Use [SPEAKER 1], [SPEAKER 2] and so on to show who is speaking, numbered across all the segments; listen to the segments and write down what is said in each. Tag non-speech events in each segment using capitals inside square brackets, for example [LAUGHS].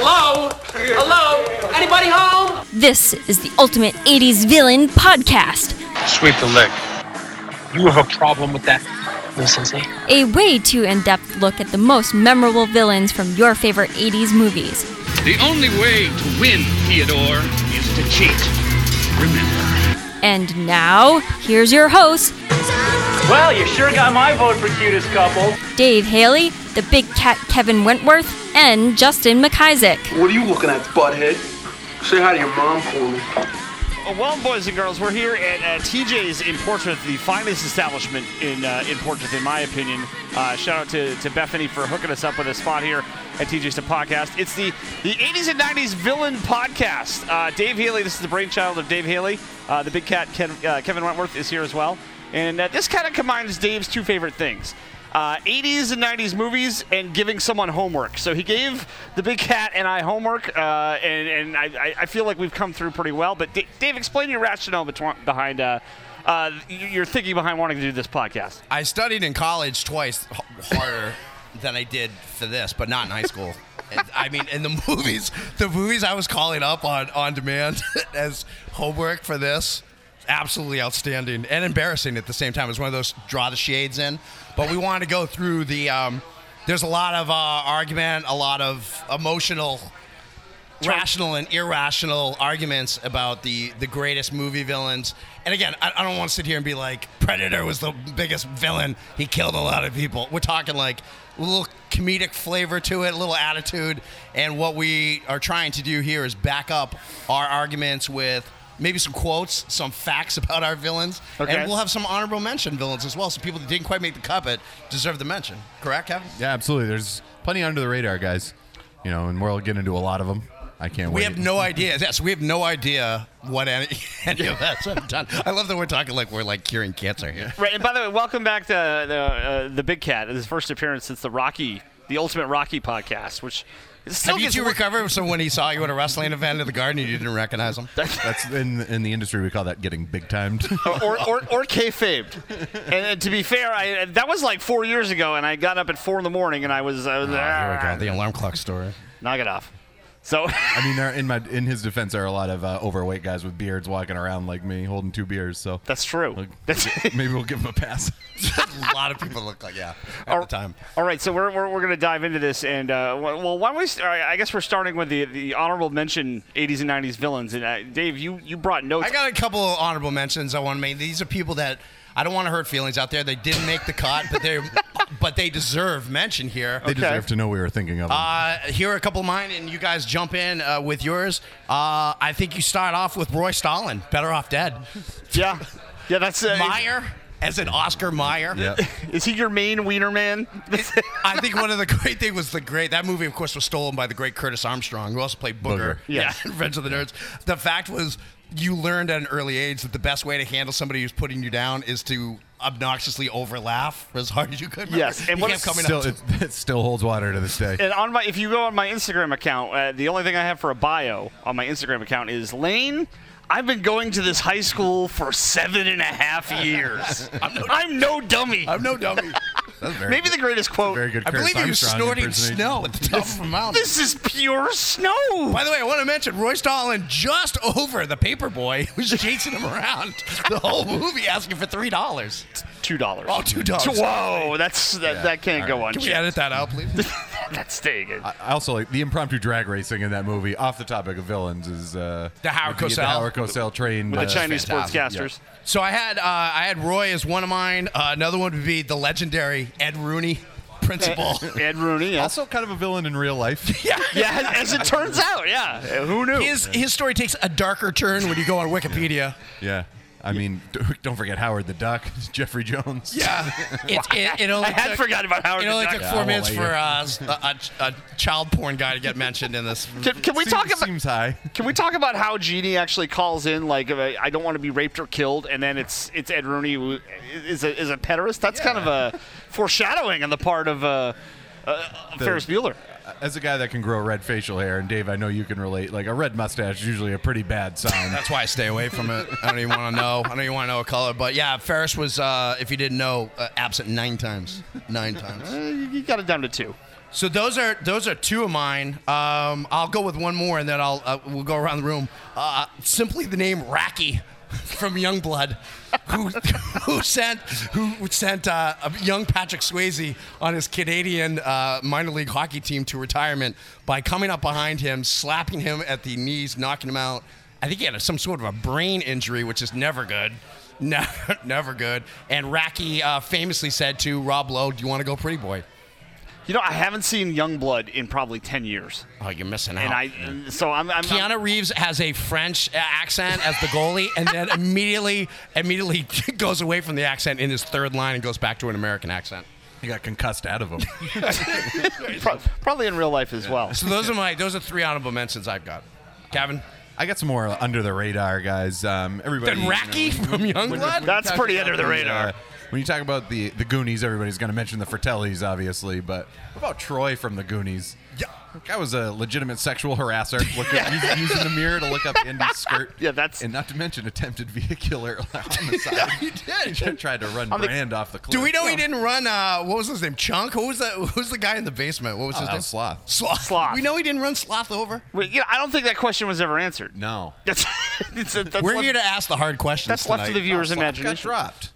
[SPEAKER 1] Hello? Hello? Anybody home?
[SPEAKER 2] This is the Ultimate 80s Villain Podcast,
[SPEAKER 3] Sweep the leg. You have a problem with that, Miss Lindsay?
[SPEAKER 2] a way too in depth look at the most memorable villains from your favorite 80s movies.
[SPEAKER 4] The only way to win, Theodore, is to cheat. Remember.
[SPEAKER 2] And now, here's your host,
[SPEAKER 5] Well, you sure got my vote for cutest couple.
[SPEAKER 2] Dave Haley, the big cat Kevin Wentworth, and Justin McIsaac.
[SPEAKER 6] What are you looking at, butthead? Say hi to your mom for me.
[SPEAKER 7] Uh, Well, boys and girls, we're here at uh, TJ's in Portsmouth, the finest establishment in uh, in Portsmouth, in my opinion. Uh, shout out to, to Bethany for hooking us up with a spot here at TJ's the podcast. It's the, the 80s and 90s villain podcast. Uh, Dave Haley, this is the brainchild of Dave Haley. Uh, the big cat Ken, uh, Kevin Wentworth is here as well, and uh, this kind of combines Dave's two favorite things. Uh, 80s and 90s movies and giving someone homework. So he gave the big cat and I homework, uh, and, and I, I- I feel like we've come through pretty well. But D- Dave, explain your rationale betwi- behind uh, uh, y- your thinking behind wanting to do this podcast.
[SPEAKER 8] I studied in college twice h- harder than I did for this, but not in high school. And, I mean, in the [LAUGHS] movies, the movies I was calling up on on demand [LAUGHS] as homework for this, absolutely outstanding and embarrassing at the same time. It was one of those draw the shades in, but we wanted to go through the. Um, there's a lot of uh, argument, a lot of emotional rational and irrational arguments about the the greatest movie villains. And again, I, I don't want to sit here and be like Predator was the biggest villain. He killed a lot of people. We're talking like a little comedic flavor to it, a little attitude. And what we are trying to do here is back up our arguments with maybe some quotes, some facts [LAUGHS] about our villains,
[SPEAKER 7] Okay.
[SPEAKER 8] and we'll have some honorable mention villains as well. Some people that didn't quite make the cut but deserve the mention. Correct, Kevin?
[SPEAKER 9] Yeah, absolutely. There's plenty under the radar, guys. You know, and we'll get into a lot of them. I can't
[SPEAKER 8] We
[SPEAKER 9] wait.
[SPEAKER 8] have no [LAUGHS] idea. Yes, we have no idea what any, [LAUGHS] any of us have done. I love that we're talking like we're like curing cancer here.
[SPEAKER 7] Right, and by the way, welcome back to the, uh, the big cat, his first appearance since the Rocky, the Ultimate Rocky podcast, which still
[SPEAKER 8] Have you
[SPEAKER 7] gets
[SPEAKER 8] two
[SPEAKER 7] wor-
[SPEAKER 8] recovered from when he saw you at a wrestling event in the garden and you didn't recognize him?
[SPEAKER 9] That's in in the industry we call that getting big timed.
[SPEAKER 8] [LAUGHS]
[SPEAKER 7] or or, or kayfabed. And, and to be fair, I that was like four years ago, and I got up at four in the morning, and I was, I was
[SPEAKER 8] Oh,
[SPEAKER 7] "Ah,
[SPEAKER 8] Here we go, the alarm clock story.
[SPEAKER 7] knock it off. So [LAUGHS]
[SPEAKER 9] I mean, there, in my in his defense, there are a lot of uh, overweight guys with beards walking around like me, holding two beers. So
[SPEAKER 7] that's true.
[SPEAKER 9] Like,
[SPEAKER 7] That's
[SPEAKER 9] maybe we'll give him a pass. [LAUGHS]
[SPEAKER 8] a lot of people look like yeah at the time.
[SPEAKER 7] [LAUGHS] All right, so we're, we're, we're going to dive into this, and uh, wh- well, why don't we? St- all right, I guess we're starting with the the honorable mention '80s and '90s villains, and uh, Dave, you you brought notes.
[SPEAKER 8] I got a couple of honorable mentions I want to make. These are people that I don't want to hurt feelings out there. They didn't make the cut, but they [LAUGHS] but they deserve mention here.
[SPEAKER 9] They deserve to know we were thinking of them.
[SPEAKER 8] Uh, here are a couple of mine, and you guys jump in uh, with yours. Uh, I think you start off with Roy Stalin, better off dead.
[SPEAKER 7] yeah, yeah, that's uh,
[SPEAKER 8] Meyer, as an Oscar Meyer. [LAUGHS]
[SPEAKER 9] yeah.
[SPEAKER 7] Is he your main wiener man?
[SPEAKER 8] I think one of the great things was the great that movie, of course, was stolen by the great Curtis Armstrong, who also played Booger,
[SPEAKER 9] Booger.
[SPEAKER 7] Yeah.
[SPEAKER 8] [LAUGHS] in Revenge of the Nerds. The fact was, you learned at an early age that the best way to handle somebody who's putting you down is to obnoxiously overlaugh as hard as you could. Remember?
[SPEAKER 7] Yes, and
[SPEAKER 8] He
[SPEAKER 7] what
[SPEAKER 8] kept
[SPEAKER 7] is
[SPEAKER 8] coming
[SPEAKER 9] Still,
[SPEAKER 8] up.
[SPEAKER 9] it, it still holds water to this day.
[SPEAKER 7] [LAUGHS] and on my if you go on my Instagram account, uh, the only thing I have for a bio on my Instagram account is Lane. I've been going to this high school for seven and a half
[SPEAKER 8] [LAUGHS]
[SPEAKER 7] years. I'm, no, dummy.
[SPEAKER 8] [LAUGHS] I'm no dummy. That's very
[SPEAKER 7] Maybe the greatest quote.
[SPEAKER 9] Very [LAUGHS] good.
[SPEAKER 8] I believe
[SPEAKER 9] Curtis
[SPEAKER 8] he was
[SPEAKER 9] Armstrong
[SPEAKER 8] snorting
[SPEAKER 9] impersonation.
[SPEAKER 8] snow at the top of a mountain.
[SPEAKER 7] This is pure snow.
[SPEAKER 8] By the way, I want to mention Roy Stalin just over the paper boy who's [LAUGHS] chasing him around the whole movie asking for three dollars.
[SPEAKER 7] Two dollars.
[SPEAKER 8] Oh, two
[SPEAKER 7] [LAUGHS]
[SPEAKER 8] dollars.
[SPEAKER 7] Whoa, that's that, that can't go on.
[SPEAKER 8] Can we edit that out, please?
[SPEAKER 7] [LAUGHS] That's staying in.
[SPEAKER 9] I also like the impromptu drag racing in that movie. Off the topic of villains is uh,
[SPEAKER 8] The Howard
[SPEAKER 9] the- The
[SPEAKER 8] Cosell.
[SPEAKER 9] Howard Cosell train.
[SPEAKER 7] With the
[SPEAKER 9] uh,
[SPEAKER 7] Chinese
[SPEAKER 9] fantastic.
[SPEAKER 7] sportscasters.
[SPEAKER 8] so I had uh, I had Roy as one of mine. Uh, another one would be the legendary Ed Rooney, principal.
[SPEAKER 7] Ed Rooney. Yes.
[SPEAKER 9] Also, kind of a villain in real life.
[SPEAKER 8] [LAUGHS] yeah.
[SPEAKER 7] [LAUGHS] yeah, as it turns out, yeah. Uh, Who knew?
[SPEAKER 8] His his story takes a darker turn when you go
[SPEAKER 7] [LAUGHS]
[SPEAKER 8] on Wikipedia.
[SPEAKER 9] yeah. I mean, d- don't forget Howard the Duck, [LAUGHS] Jeffrey Jones.
[SPEAKER 8] Yeah, it, it, it
[SPEAKER 7] [LAUGHS]
[SPEAKER 8] only
[SPEAKER 7] I had
[SPEAKER 8] took,
[SPEAKER 7] forgotten about Howard
[SPEAKER 8] It only
[SPEAKER 7] the Duck.
[SPEAKER 8] took
[SPEAKER 9] Yeah, I
[SPEAKER 8] four
[SPEAKER 9] won't
[SPEAKER 8] minutes
[SPEAKER 9] let
[SPEAKER 8] for
[SPEAKER 9] you.
[SPEAKER 8] uh, a, a, a child porn guy to get mentioned in this.
[SPEAKER 7] [LAUGHS] Can, can we
[SPEAKER 9] Seems-
[SPEAKER 7] talk about?
[SPEAKER 9] Seems high.
[SPEAKER 7] Can we talk about how Jeannie actually calls in like uh, I don't want to be raped or killed, and then it's it's Ed Rooney who is a is a pederast. That's kind of a foreshadowing on the part of uh, uh, Ferris Bueller.
[SPEAKER 9] As a guy that can grow red facial hair, and Dave, I know you can relate. Like a red mustache is usually a pretty bad sign.
[SPEAKER 8] Um, That's why I stay away from it. I don't even want to know. I don't even want to know a color. But yeah, Ferris was, uh, if you didn't know, uh, absent nine times. Nine times.
[SPEAKER 7] You got it down to two.
[SPEAKER 8] So those are those are two of mine. Um, I'll go with one more, and then I'll uh, we'll go around the room. Uh, simply the name Racky [LAUGHS] from Youngblood, who [LAUGHS] who sent who sent uh, a young Patrick Swayze on his Canadian uh, minor league hockey team to retirement by coming up behind him, slapping him at the knees, knocking him out. I think he had some sort of a brain injury, which is never good. [LAUGHS] No, never good. And Racky uh, famously said to Rob Lowe, "Do you want to go, pretty boy?"
[SPEAKER 7] You know, I haven't seen Youngblood in probably ten years,
[SPEAKER 8] Oh, you're missing out.
[SPEAKER 7] and I so I'm, I'm, I'm
[SPEAKER 8] Keanu Reeves has a French accent as the goalie, and then immediately immediately [LAUGHS] goes away from the accent in his third line and goes back to an American accent.
[SPEAKER 9] He got concussed
[SPEAKER 7] [LAUGHS]
[SPEAKER 9] out of him.
[SPEAKER 7] pro- probably in real life as well.
[SPEAKER 8] So those are my those are three honorable mentions I've got. Kevin,
[SPEAKER 9] I got some more under the radar guys. Um, everybody.
[SPEAKER 8] then
[SPEAKER 9] you know, [LAUGHS]
[SPEAKER 8] Racky from Youngblood.
[SPEAKER 7] That's [LAUGHS] pretty under the
[SPEAKER 9] when you-
[SPEAKER 7] radar.
[SPEAKER 9] uh, when you talk about the the Goonies, everybody's going to mention the Fratellis, obviously. But what about Troy from the Goonies?
[SPEAKER 8] Yeah.
[SPEAKER 9] That was a legitimate sexual harasser. Look
[SPEAKER 7] [LAUGHS]
[SPEAKER 9] up, using, using the mirror to look up Indy's skirt.
[SPEAKER 7] Yeah, that's-
[SPEAKER 9] and not to mention attempted vehicular [LAUGHS]
[SPEAKER 7] [LAUGHS]
[SPEAKER 9] homicide. he did. He tried to run
[SPEAKER 7] I'm the-
[SPEAKER 9] Brand off the cliff.
[SPEAKER 8] Do we know he didn't run? Uh, what was his name? Chunk? Who was that? [LAUGHS] Who was the guy in the basement? What was
[SPEAKER 9] Oh,
[SPEAKER 8] his
[SPEAKER 9] that
[SPEAKER 8] name?
[SPEAKER 9] was Sloth.
[SPEAKER 8] Sloth.
[SPEAKER 7] Uh, Sloth.
[SPEAKER 8] We know he didn't run Sloth over.
[SPEAKER 7] Wait, you know, I don't think that question was ever answered.
[SPEAKER 9] No.
[SPEAKER 7] [LAUGHS] That's, it's a, that's
[SPEAKER 8] We're
[SPEAKER 7] left,
[SPEAKER 8] here to ask the hard questions.
[SPEAKER 7] that's left to the
[SPEAKER 8] tonight.
[SPEAKER 7] viewer's
[SPEAKER 9] Got
[SPEAKER 7] imagination.
[SPEAKER 9] dropped.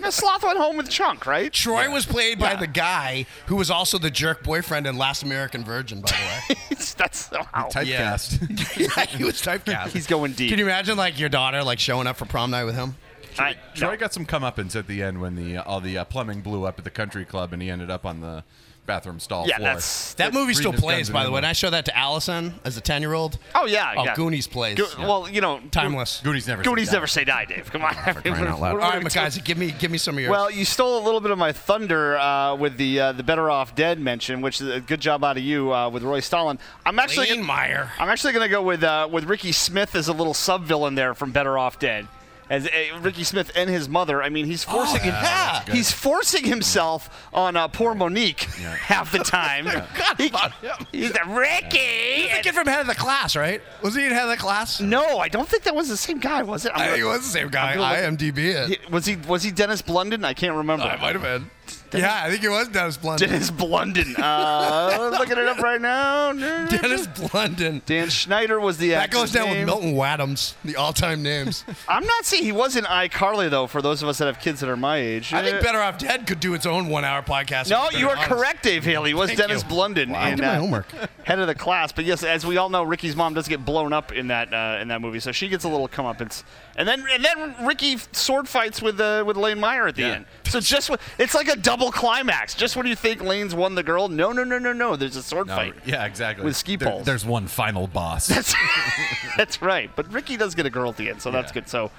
[SPEAKER 7] No, Sloth went home with Chunk, right? [LAUGHS]
[SPEAKER 8] Troy was played by the guy who was also the jerk boyfriend in Last American Virgin, by
[SPEAKER 7] [LAUGHS]
[SPEAKER 8] the way.
[SPEAKER 7] that's oh. wow.
[SPEAKER 9] Typecast.
[SPEAKER 8] [LAUGHS]
[SPEAKER 9] [LAUGHS]
[SPEAKER 8] yeah, he was typecast.
[SPEAKER 7] He's going deep.
[SPEAKER 8] Can you imagine like your daughter like showing up for prom night with him?
[SPEAKER 7] I-
[SPEAKER 9] Troy got some comeuppance at the end when the all the uh, plumbing blew up at the country club, and he ended up on the bathroom stall
[SPEAKER 7] yeah,
[SPEAKER 9] floor.
[SPEAKER 7] that's
[SPEAKER 8] That movie still
[SPEAKER 9] Reading his
[SPEAKER 8] plays,
[SPEAKER 9] Guns
[SPEAKER 8] by the
[SPEAKER 9] and
[SPEAKER 8] way. And
[SPEAKER 9] Ammo.
[SPEAKER 8] I show that to Allison as a ten-year-old.
[SPEAKER 7] Oh yeah,
[SPEAKER 8] Oh,
[SPEAKER 7] yeah.
[SPEAKER 8] Goonies plays.
[SPEAKER 7] Go- Well, you know,
[SPEAKER 8] Timeless. Oh,
[SPEAKER 9] Goonies never.
[SPEAKER 7] Goonies
[SPEAKER 9] said that.
[SPEAKER 7] never say die, Dave. Come on. [LAUGHS]
[SPEAKER 8] All right, McKinsey, give me give me some of yours.
[SPEAKER 7] Well, you stole a little bit of my thunder uh, with the uh, the Better Off Dead mention, which is a good job out of you uh, with Roy Stalin. I'm actually
[SPEAKER 8] Lane
[SPEAKER 7] [LAUGHS]
[SPEAKER 8] Meyer.
[SPEAKER 7] I'm actually going to go with uh, with Ricky Smith as a little sub villain there from Better Off Dead. As uh, Ricky Smith and his mother, I mean, he's forcing him,
[SPEAKER 8] Oh, yeah.
[SPEAKER 7] he's forcing himself on uh, poor Monique [LAUGHS] half the time. [LAUGHS] He- he's a Ricky.
[SPEAKER 8] the kid from head of the class, right? Was he in head of the class?
[SPEAKER 7] no, I don't think that was the same guy, was it? I'm
[SPEAKER 8] Hey,
[SPEAKER 7] gonna-
[SPEAKER 8] he was the same guy.
[SPEAKER 7] gonna look-
[SPEAKER 8] IMDb. It.
[SPEAKER 7] He- was he was he Dennis Blunden? I can't remember.
[SPEAKER 8] I might have been. Yeah, I think it was Dennis Blunden.
[SPEAKER 7] Dennis Blunden. Uh, looking it up right now.
[SPEAKER 8] [LAUGHS] Dennis Blunden.
[SPEAKER 7] Dan Schneider was the
[SPEAKER 8] That
[SPEAKER 7] actor's
[SPEAKER 8] goes down with
[SPEAKER 7] name.
[SPEAKER 8] Milton Wadhams, the
[SPEAKER 7] [LAUGHS]
[SPEAKER 8] all-time names.
[SPEAKER 7] I'm not seeing he was in iCarly though. For those of us that have kids that are my age,
[SPEAKER 8] I think
[SPEAKER 7] Uh,
[SPEAKER 8] Better Off Dead could do its own one-hour podcast.
[SPEAKER 7] No,
[SPEAKER 8] if we're
[SPEAKER 7] you are
[SPEAKER 8] honest.
[SPEAKER 7] correct, Dave Haley. It Was
[SPEAKER 8] Thank
[SPEAKER 7] Dennis
[SPEAKER 8] you.
[SPEAKER 7] Blunden
[SPEAKER 8] Wow. I
[SPEAKER 7] and
[SPEAKER 8] did my
[SPEAKER 7] uh,
[SPEAKER 8] homework.
[SPEAKER 7] [LAUGHS] head of the class? But yes, as we all know, Ricky's mom does get blown up in that uh, in that movie, so she gets a little comeuppance. And then and then Ricky f- sword fights with uh, with Lane Meyer at the end. So just when- it's like a double climax. Just when you think Lane's won the girl, no, no, no, no, no. There's a sword
[SPEAKER 9] No,
[SPEAKER 7] fight.
[SPEAKER 9] Yeah, exactly.
[SPEAKER 7] With ski
[SPEAKER 9] There-
[SPEAKER 7] poles.
[SPEAKER 9] there's one final boss.
[SPEAKER 7] That's, [LAUGHS] that's right. But Ricky does get a girl at the end, so that's good. So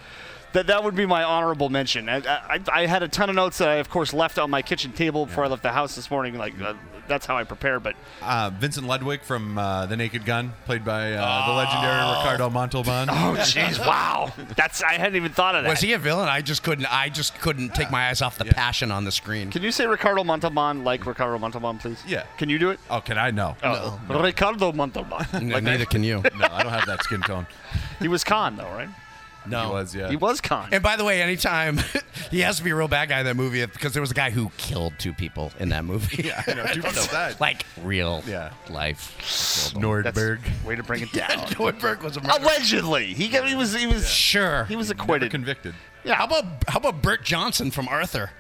[SPEAKER 7] that that would be my honorable mention. I, I, I had a ton of notes that I, of course, left on my kitchen table before I left the house this morning. Like uh, that's how I prepare. But
[SPEAKER 9] uh, Vincent Ludwig from uh, The Naked Gun, played by uh, the legendary
[SPEAKER 8] Oh.
[SPEAKER 9] Ricardo Montalban.
[SPEAKER 7] oh, jeez, wow, [LAUGHS] that's I hadn't even thought of that.
[SPEAKER 8] Was he a villain? I just couldn't. I just couldn't take my eyes off the passion on the screen.
[SPEAKER 7] Can you say Ricardo Montalban like Ricardo Montalban, please?
[SPEAKER 9] Yeah.
[SPEAKER 7] Can you do it?
[SPEAKER 9] Oh, can I know?
[SPEAKER 7] Oh, Ricardo Montalban.
[SPEAKER 8] No, neither can you.
[SPEAKER 9] No, I don't have that skin tone.
[SPEAKER 7] he was Khan, though, right?
[SPEAKER 8] No.
[SPEAKER 9] He was, yeah.
[SPEAKER 7] He was Khan.
[SPEAKER 8] And by the way, anytime [LAUGHS] he has to be a real bad guy in that movie because there was a guy who killed two people in that movie. Yeah,
[SPEAKER 9] You know, two people
[SPEAKER 8] [LAUGHS]
[SPEAKER 9] died.
[SPEAKER 8] like real
[SPEAKER 9] Yeah.
[SPEAKER 8] life.
[SPEAKER 7] That's
[SPEAKER 9] Nordberg.
[SPEAKER 7] way to bring it down.
[SPEAKER 8] Nordberg was a murderer.
[SPEAKER 7] Allegedly, he got, he was he was
[SPEAKER 8] Sure.
[SPEAKER 7] he was
[SPEAKER 9] Never
[SPEAKER 7] acquitted.
[SPEAKER 9] convicted.
[SPEAKER 8] How about how about Burt Johnson from Arthur?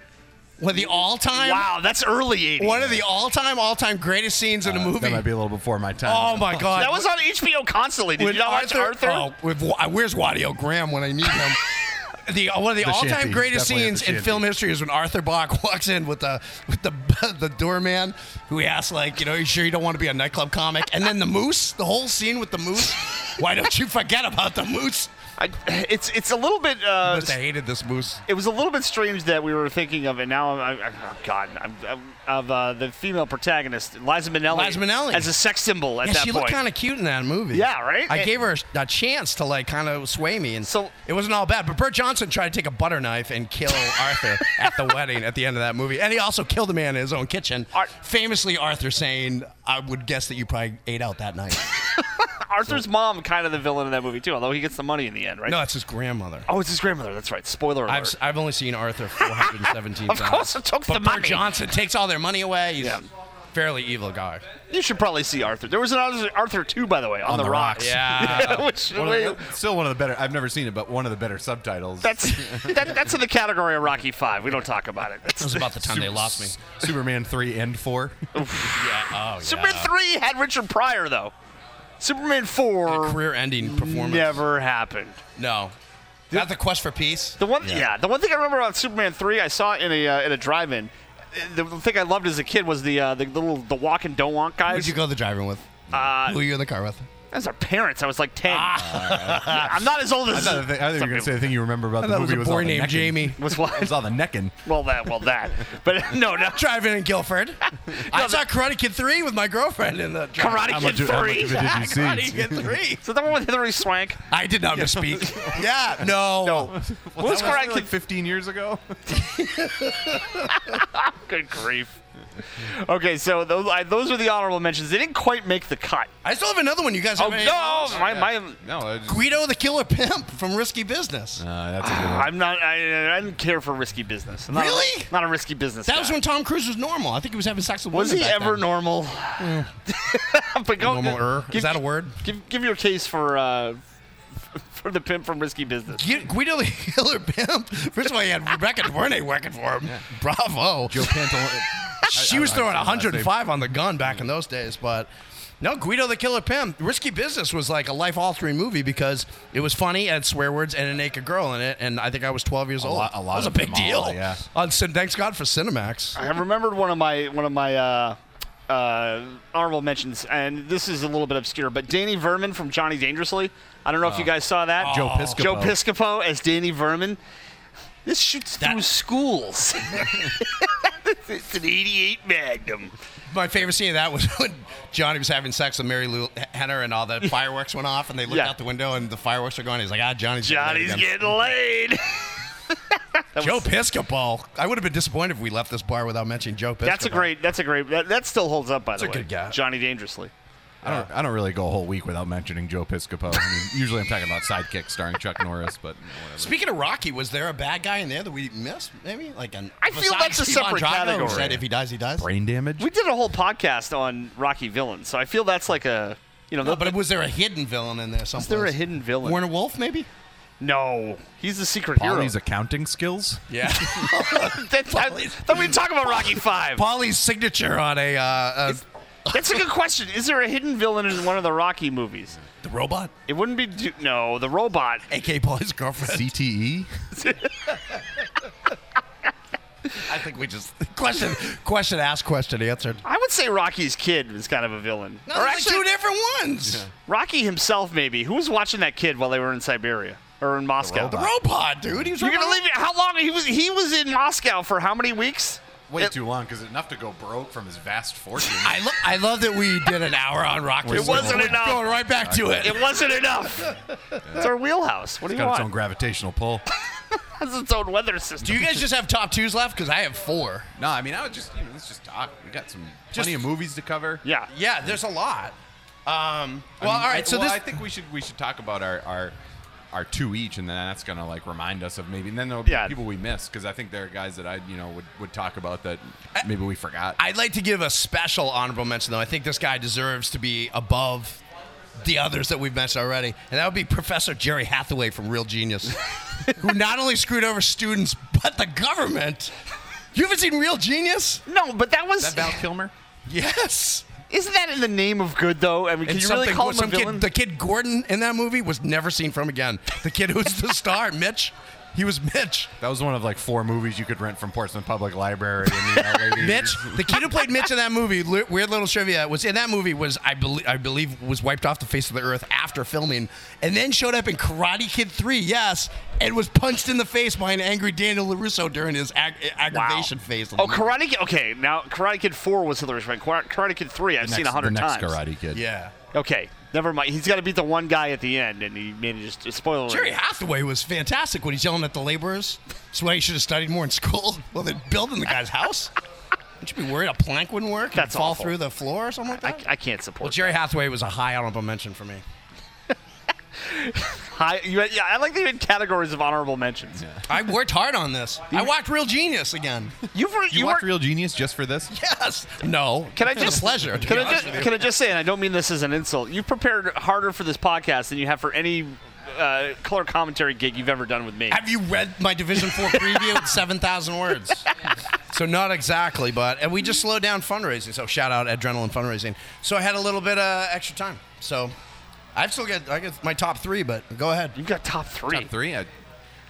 [SPEAKER 8] One of the all-time.
[SPEAKER 7] Wow, that's early 80s.
[SPEAKER 8] One of the all-time, all-time greatest scenes in a
[SPEAKER 9] Uh,
[SPEAKER 8] movie.
[SPEAKER 9] That might be a little before my time.
[SPEAKER 8] oh my God.
[SPEAKER 7] That was on HBO constantly. Did
[SPEAKER 8] With
[SPEAKER 7] you not watch Arthur?
[SPEAKER 8] Oh, with, Wa- where's Wadio Graham when I need
[SPEAKER 7] [LAUGHS]
[SPEAKER 8] him? The, uh, one of the,
[SPEAKER 9] The
[SPEAKER 8] all-time
[SPEAKER 9] shanty.
[SPEAKER 8] greatest
[SPEAKER 9] Definitely at the
[SPEAKER 8] scenes in
[SPEAKER 9] shanty.
[SPEAKER 8] film history is when Arthur Bach [LAUGHS] walks in with the with the [LAUGHS] the doorman who he asks like, you know, you sure you don't want to be a nightclub comic? And then the moose, the whole scene with the moose. Why don't you forget about the moose?
[SPEAKER 7] I, it's it's a little bit. Uh,
[SPEAKER 8] Must have hated this moose.
[SPEAKER 7] it was a little bit strange that we were thinking of, and now I'm, I, oh God, I'm, I'm, of uh, the female protagonist, Liza Minnelli,
[SPEAKER 8] Liza Minnelli.
[SPEAKER 7] as a sex symbol at
[SPEAKER 8] Yeah,
[SPEAKER 7] that
[SPEAKER 8] she
[SPEAKER 7] point.
[SPEAKER 8] looked kind of cute in that movie.
[SPEAKER 7] Yeah, right?
[SPEAKER 8] I
[SPEAKER 7] And-
[SPEAKER 8] gave her a chance to like kind of sway me, and
[SPEAKER 7] So-
[SPEAKER 8] so it wasn't all bad. But Bert Johnson tried to take a butter knife
[SPEAKER 7] [LAUGHS]
[SPEAKER 8] and kill Arthur at the wedding at the end of that movie, and he also killed a man in his own kitchen.
[SPEAKER 7] Ar-
[SPEAKER 8] Famously, Arthur saying, "I would guess that you probably ate out that
[SPEAKER 7] [LAUGHS]
[SPEAKER 8] night."
[SPEAKER 7] Arthur's mom, kind of the villain in that movie too, although he gets the money in the end, right?
[SPEAKER 8] no, it's his grandmother.
[SPEAKER 7] Oh, it's his grandmother. That's right. Spoiler alert.
[SPEAKER 8] I've, s- I've only seen Arthur
[SPEAKER 7] [LAUGHS]
[SPEAKER 8] 417
[SPEAKER 7] Of course,
[SPEAKER 8] times.
[SPEAKER 7] it took
[SPEAKER 8] but
[SPEAKER 7] the
[SPEAKER 8] Bert
[SPEAKER 7] money.
[SPEAKER 8] Johnson takes all their money away. He's-
[SPEAKER 7] Yeah.
[SPEAKER 8] fairly evil guy.
[SPEAKER 7] You should probably see Arthur. There was an Arthur, Arthur too, by the way, on,
[SPEAKER 9] On the
[SPEAKER 7] rocks. [LAUGHS]
[SPEAKER 8] [LAUGHS]
[SPEAKER 9] Rocks.
[SPEAKER 8] Yeah.
[SPEAKER 7] Which,
[SPEAKER 9] One of the- [LAUGHS] still one of the better. I've never seen it, but one of the better subtitles.
[SPEAKER 7] that's that, that's in the category of Rocky Five. We don't talk about
[SPEAKER 8] [LAUGHS]
[SPEAKER 7] it.
[SPEAKER 8] It was about the time they lost me.
[SPEAKER 9] [LAUGHS] Superman three and
[SPEAKER 8] [LAUGHS]
[SPEAKER 9] four.
[SPEAKER 8] Yeah. Oh, yeah.
[SPEAKER 7] Superman Three had Richard Pryor though. Superman Four
[SPEAKER 8] Career-ending performance.
[SPEAKER 7] never happened.
[SPEAKER 8] No. Not the quest for peace.
[SPEAKER 7] The one, yeah. the one thing I remember about Superman three, I saw it in a uh, in a drive-in. The thing I loved as a kid was the uh, the little the walk and don't walk guys.
[SPEAKER 8] Who'd you go to the driving with? Uh, Who were you in the car with?
[SPEAKER 7] As our parents, I was like ten. [LAUGHS] I'm not as old
[SPEAKER 9] I
[SPEAKER 7] as.
[SPEAKER 9] thought, the thing, I thought you were
[SPEAKER 7] some
[SPEAKER 9] going to
[SPEAKER 7] people-
[SPEAKER 9] say the thing you remember about the
[SPEAKER 8] That was
[SPEAKER 9] movie
[SPEAKER 8] a boy
[SPEAKER 9] all the
[SPEAKER 8] named
[SPEAKER 9] necking.
[SPEAKER 8] Jamie.
[SPEAKER 7] was
[SPEAKER 9] It
[SPEAKER 7] what?
[SPEAKER 9] was all the necking.
[SPEAKER 7] well, that, well, that. But [LAUGHS] no, no.
[SPEAKER 8] Driving in Guilford. I saw Karate Kid 3 with my girlfriend in the drive-
[SPEAKER 7] Karate
[SPEAKER 9] How
[SPEAKER 7] Kid
[SPEAKER 9] much, how much
[SPEAKER 7] Three.
[SPEAKER 9] of
[SPEAKER 7] [LAUGHS]
[SPEAKER 9] it did you see?
[SPEAKER 8] Karate Kid 3.
[SPEAKER 7] So that one with Hillary Swank.
[SPEAKER 8] I did not misspeak. yeah, no.
[SPEAKER 7] No, what was
[SPEAKER 9] That was
[SPEAKER 7] Karate
[SPEAKER 9] like
[SPEAKER 7] Kid?
[SPEAKER 9] 15 years ago. [LAUGHS]
[SPEAKER 7] Good grief. Okay, so those I, those are the honorable mentions. They didn't quite make the cut.
[SPEAKER 8] I still have another one. You guys
[SPEAKER 7] Oh
[SPEAKER 8] have any-
[SPEAKER 7] no, my my.
[SPEAKER 9] No, I just-
[SPEAKER 8] Guido the Killer Pimp from Risky Business.
[SPEAKER 9] Uh, that's a good one.
[SPEAKER 7] I'm not. I, I didn't care for risky business. I'm not a-
[SPEAKER 8] Really?
[SPEAKER 7] not a risky business.
[SPEAKER 8] that was
[SPEAKER 7] guy.
[SPEAKER 8] when Tom Cruise was normal. I think he was having sex with
[SPEAKER 7] Was
[SPEAKER 8] women
[SPEAKER 7] he
[SPEAKER 8] back
[SPEAKER 7] ever
[SPEAKER 8] then.
[SPEAKER 7] normal? [LAUGHS] but go,
[SPEAKER 8] Normal-er?
[SPEAKER 7] give-
[SPEAKER 8] Is that a word?
[SPEAKER 7] Give, give your case for uh, [LAUGHS] for the pimp from Risky Business.
[SPEAKER 8] Gu- Guido the [LAUGHS] Killer Pimp. First of all, he had Rebecca Duvernay working for him. Bravo.
[SPEAKER 9] Joe Pantol.
[SPEAKER 8] [LAUGHS] she
[SPEAKER 9] I-
[SPEAKER 8] was
[SPEAKER 9] I-
[SPEAKER 8] throwing
[SPEAKER 9] I- I-
[SPEAKER 8] 105 on the gun back in those days, but no, Guido the Killer Pimp, Risky Business was like a life-altering movie because it was funny, it had swear words and a naked girl in it, and I think I was 12 years old.
[SPEAKER 9] lot- a lot
[SPEAKER 8] that was
[SPEAKER 9] of
[SPEAKER 8] a big
[SPEAKER 9] them all,
[SPEAKER 8] deal.
[SPEAKER 9] yeah.
[SPEAKER 8] On Cin- thanks God for Cinemax.
[SPEAKER 7] I remembered one of my one of my uh, uh, honorable mentions, and this is a little bit obscure, but Danny Verman from Johnny Dangerously. I don't know if
[SPEAKER 8] Oh.
[SPEAKER 7] you guys saw that.
[SPEAKER 9] Joe Piscopo.
[SPEAKER 7] Joe Piscopo as Danny Verman. This shoots through
[SPEAKER 8] [LAUGHS]
[SPEAKER 7] schools. it's an 88 Magnum.
[SPEAKER 8] My favorite scene of that was [LAUGHS] when Johnny was having sex with Mary Lou Henner, and all the fireworks went off, and they looked
[SPEAKER 7] Yeah.
[SPEAKER 8] out the window, and the fireworks were going. He's like, Ah, Johnny's
[SPEAKER 7] Johnny's
[SPEAKER 8] getting laid
[SPEAKER 7] getting laid. [LAUGHS]
[SPEAKER 8] again. Joe Piscopo. I would have been disappointed if we left this bar without mentioning Joe Piscopo.
[SPEAKER 7] That's a great. That's a great. That, that still holds up, by the
[SPEAKER 8] a
[SPEAKER 7] way.
[SPEAKER 8] good guy.
[SPEAKER 7] Johnny Dangerously.
[SPEAKER 9] I don't. I don't really go a whole week without mentioning Joe Piscopo. I mean, usually I'm talking about Sidekick starring Chuck Norris, but whatever.
[SPEAKER 8] Speaking of Rocky, was there a bad guy in there that we missed? Maybe like an
[SPEAKER 7] I feel
[SPEAKER 8] besides
[SPEAKER 7] that's a
[SPEAKER 8] Ivan
[SPEAKER 7] separate
[SPEAKER 8] Drago,
[SPEAKER 7] category.
[SPEAKER 8] Who said if he dies, he dies.
[SPEAKER 9] brain damage.
[SPEAKER 7] We did a whole podcast on Rocky villains, so I feel that's like a you know.
[SPEAKER 8] No,
[SPEAKER 7] the-
[SPEAKER 8] but was there a hidden villain in there? Someplace?
[SPEAKER 7] there a hidden villain?
[SPEAKER 8] Warner Wolf, maybe.
[SPEAKER 7] no, he's the secret
[SPEAKER 9] Polly's
[SPEAKER 7] hero.
[SPEAKER 9] accounting skills.
[SPEAKER 8] [LAUGHS] Yeah.
[SPEAKER 7] That- that- Then we talk about Rocky Five.
[SPEAKER 8] Polly's signature on a, uh, uh
[SPEAKER 7] That's a good question. Is there a hidden villain in one of the Rocky movies?
[SPEAKER 8] the robot,
[SPEAKER 7] It wouldn't be Du- no the robot.
[SPEAKER 8] aka Polly's girlfriend.
[SPEAKER 9] CTE.
[SPEAKER 8] [LAUGHS] I think we just question question asked question answered.
[SPEAKER 7] I would say Rocky's kid was kind of a villain,
[SPEAKER 8] No,
[SPEAKER 7] or
[SPEAKER 8] there's, like,
[SPEAKER 7] actually
[SPEAKER 8] two different ones.
[SPEAKER 7] Rocky himself maybe. Who was watching that kid while they were in Siberia or in Moscow?
[SPEAKER 8] The robot, dude. He was
[SPEAKER 7] You're gonna
[SPEAKER 8] robot.
[SPEAKER 7] leave it? How long he was? He was in Moscow for how many weeks?
[SPEAKER 9] Way
[SPEAKER 7] It-
[SPEAKER 9] too long because enough to go broke from his vast fortune.
[SPEAKER 8] I, lo- I love that we did an hour on Rocky.
[SPEAKER 7] It wasn't
[SPEAKER 8] We're
[SPEAKER 7] enough.
[SPEAKER 8] Going right back to it.
[SPEAKER 7] It wasn't enough. It's our wheelhouse. What do you
[SPEAKER 9] Got
[SPEAKER 7] want?
[SPEAKER 9] its own gravitational pull.
[SPEAKER 7] has its own weather system.
[SPEAKER 8] Do you guys just have top twos left? Because I have four.
[SPEAKER 9] No, I mean I was just you know let's just talk. We got some plenty of movies to cover.
[SPEAKER 7] yeah.
[SPEAKER 8] Yeah, there's a lot. Um,
[SPEAKER 9] I
[SPEAKER 8] well,
[SPEAKER 9] mean,
[SPEAKER 8] all
[SPEAKER 9] I,
[SPEAKER 8] right. So
[SPEAKER 9] well,
[SPEAKER 8] this
[SPEAKER 9] I think we should we should talk about our our our two each, and then that's gonna like remind us of maybe. And then there'll be
[SPEAKER 7] Yeah.
[SPEAKER 9] people we missed because I think there are guys that I you know would would talk about that maybe we forgot.
[SPEAKER 8] I'd like to give a special honorable mention, though. I think this guy deserves to be above the others that we've mentioned already, and that would be Professor Jerry Hathaway from Real Genius, who not only screwed over students but the government. You haven't seen Real Genius?
[SPEAKER 7] No, but that was.
[SPEAKER 9] Is that Val Kilmer?
[SPEAKER 8] Yes.
[SPEAKER 7] isn't that in the name of good though? I mean, can
[SPEAKER 8] And
[SPEAKER 7] you really
[SPEAKER 8] something-
[SPEAKER 7] call him a
[SPEAKER 8] some
[SPEAKER 7] villain?
[SPEAKER 8] kid, the kid Gordon in that movie was never seen from again. The kid who's the star, [LAUGHS] Mitch. He was Mitch.
[SPEAKER 9] That was one of like four movies you could rent from Portsmouth Public Library. And, you
[SPEAKER 8] [LAUGHS]
[SPEAKER 9] know, lady-
[SPEAKER 8] Mitch, the kid who played Mitch in that movie, li- weird little trivia, was in that movie was I believe I believe was wiped off the face of the earth after filming, and then showed up in Karate Kid Three, yes, and was punched in the face by an angry Daniel Larusso during his ag- aggravation phase. of the
[SPEAKER 7] Oh,
[SPEAKER 8] movie.
[SPEAKER 7] Karate Kid. Okay, now Karate Kid Four was Hillary Swank. Kara- Karate Kid Three, I've
[SPEAKER 9] next,
[SPEAKER 7] seen a hundred
[SPEAKER 9] the next
[SPEAKER 7] times.
[SPEAKER 9] Karate Kid.
[SPEAKER 8] Yeah,
[SPEAKER 7] Okay, never mind. He's got to beat the one guy at the end, and he manages to spoil it.
[SPEAKER 8] Jerry Hathaway was fantastic when he's yelling at the laborers. That's why he should have studied more in school. [LAUGHS] Well, they're building the guy's house. Would you be worried a plank wouldn't work? and
[SPEAKER 7] That's
[SPEAKER 8] fall
[SPEAKER 7] awful.
[SPEAKER 8] through the floor or something like
[SPEAKER 7] I,
[SPEAKER 8] that.
[SPEAKER 7] I can't support.
[SPEAKER 8] well, Jerry Hathaway was a high honorable mention for me.
[SPEAKER 7] that. high. You had, yeah, I like that you had categories of honorable mentions.
[SPEAKER 8] I worked hard on this. I watched Real
[SPEAKER 7] [LAUGHS]
[SPEAKER 8] Genius again.
[SPEAKER 7] You've wor-
[SPEAKER 9] You,
[SPEAKER 7] you
[SPEAKER 9] watched
[SPEAKER 7] wor-
[SPEAKER 9] Real Genius just for this?
[SPEAKER 8] Yes. No.
[SPEAKER 7] Can I
[SPEAKER 8] It was
[SPEAKER 7] just
[SPEAKER 8] a pleasure? to
[SPEAKER 7] Can
[SPEAKER 8] be
[SPEAKER 7] I
[SPEAKER 8] honest
[SPEAKER 7] just
[SPEAKER 8] with you.
[SPEAKER 7] can I just say, and I don't mean this as an insult. You prepared harder for this podcast than you have for any uh, color commentary gig you've ever done with me.
[SPEAKER 8] Have you read my
[SPEAKER 7] [LAUGHS]
[SPEAKER 8] Division Four preview? It's seven thousand words. So not exactly, but and we just slowed down fundraising. So shout out Adrenaline Fundraising. So I had a little bit of extra time. So I've still got I got my top three, but go ahead.
[SPEAKER 7] You've got top three.
[SPEAKER 9] Top three? I,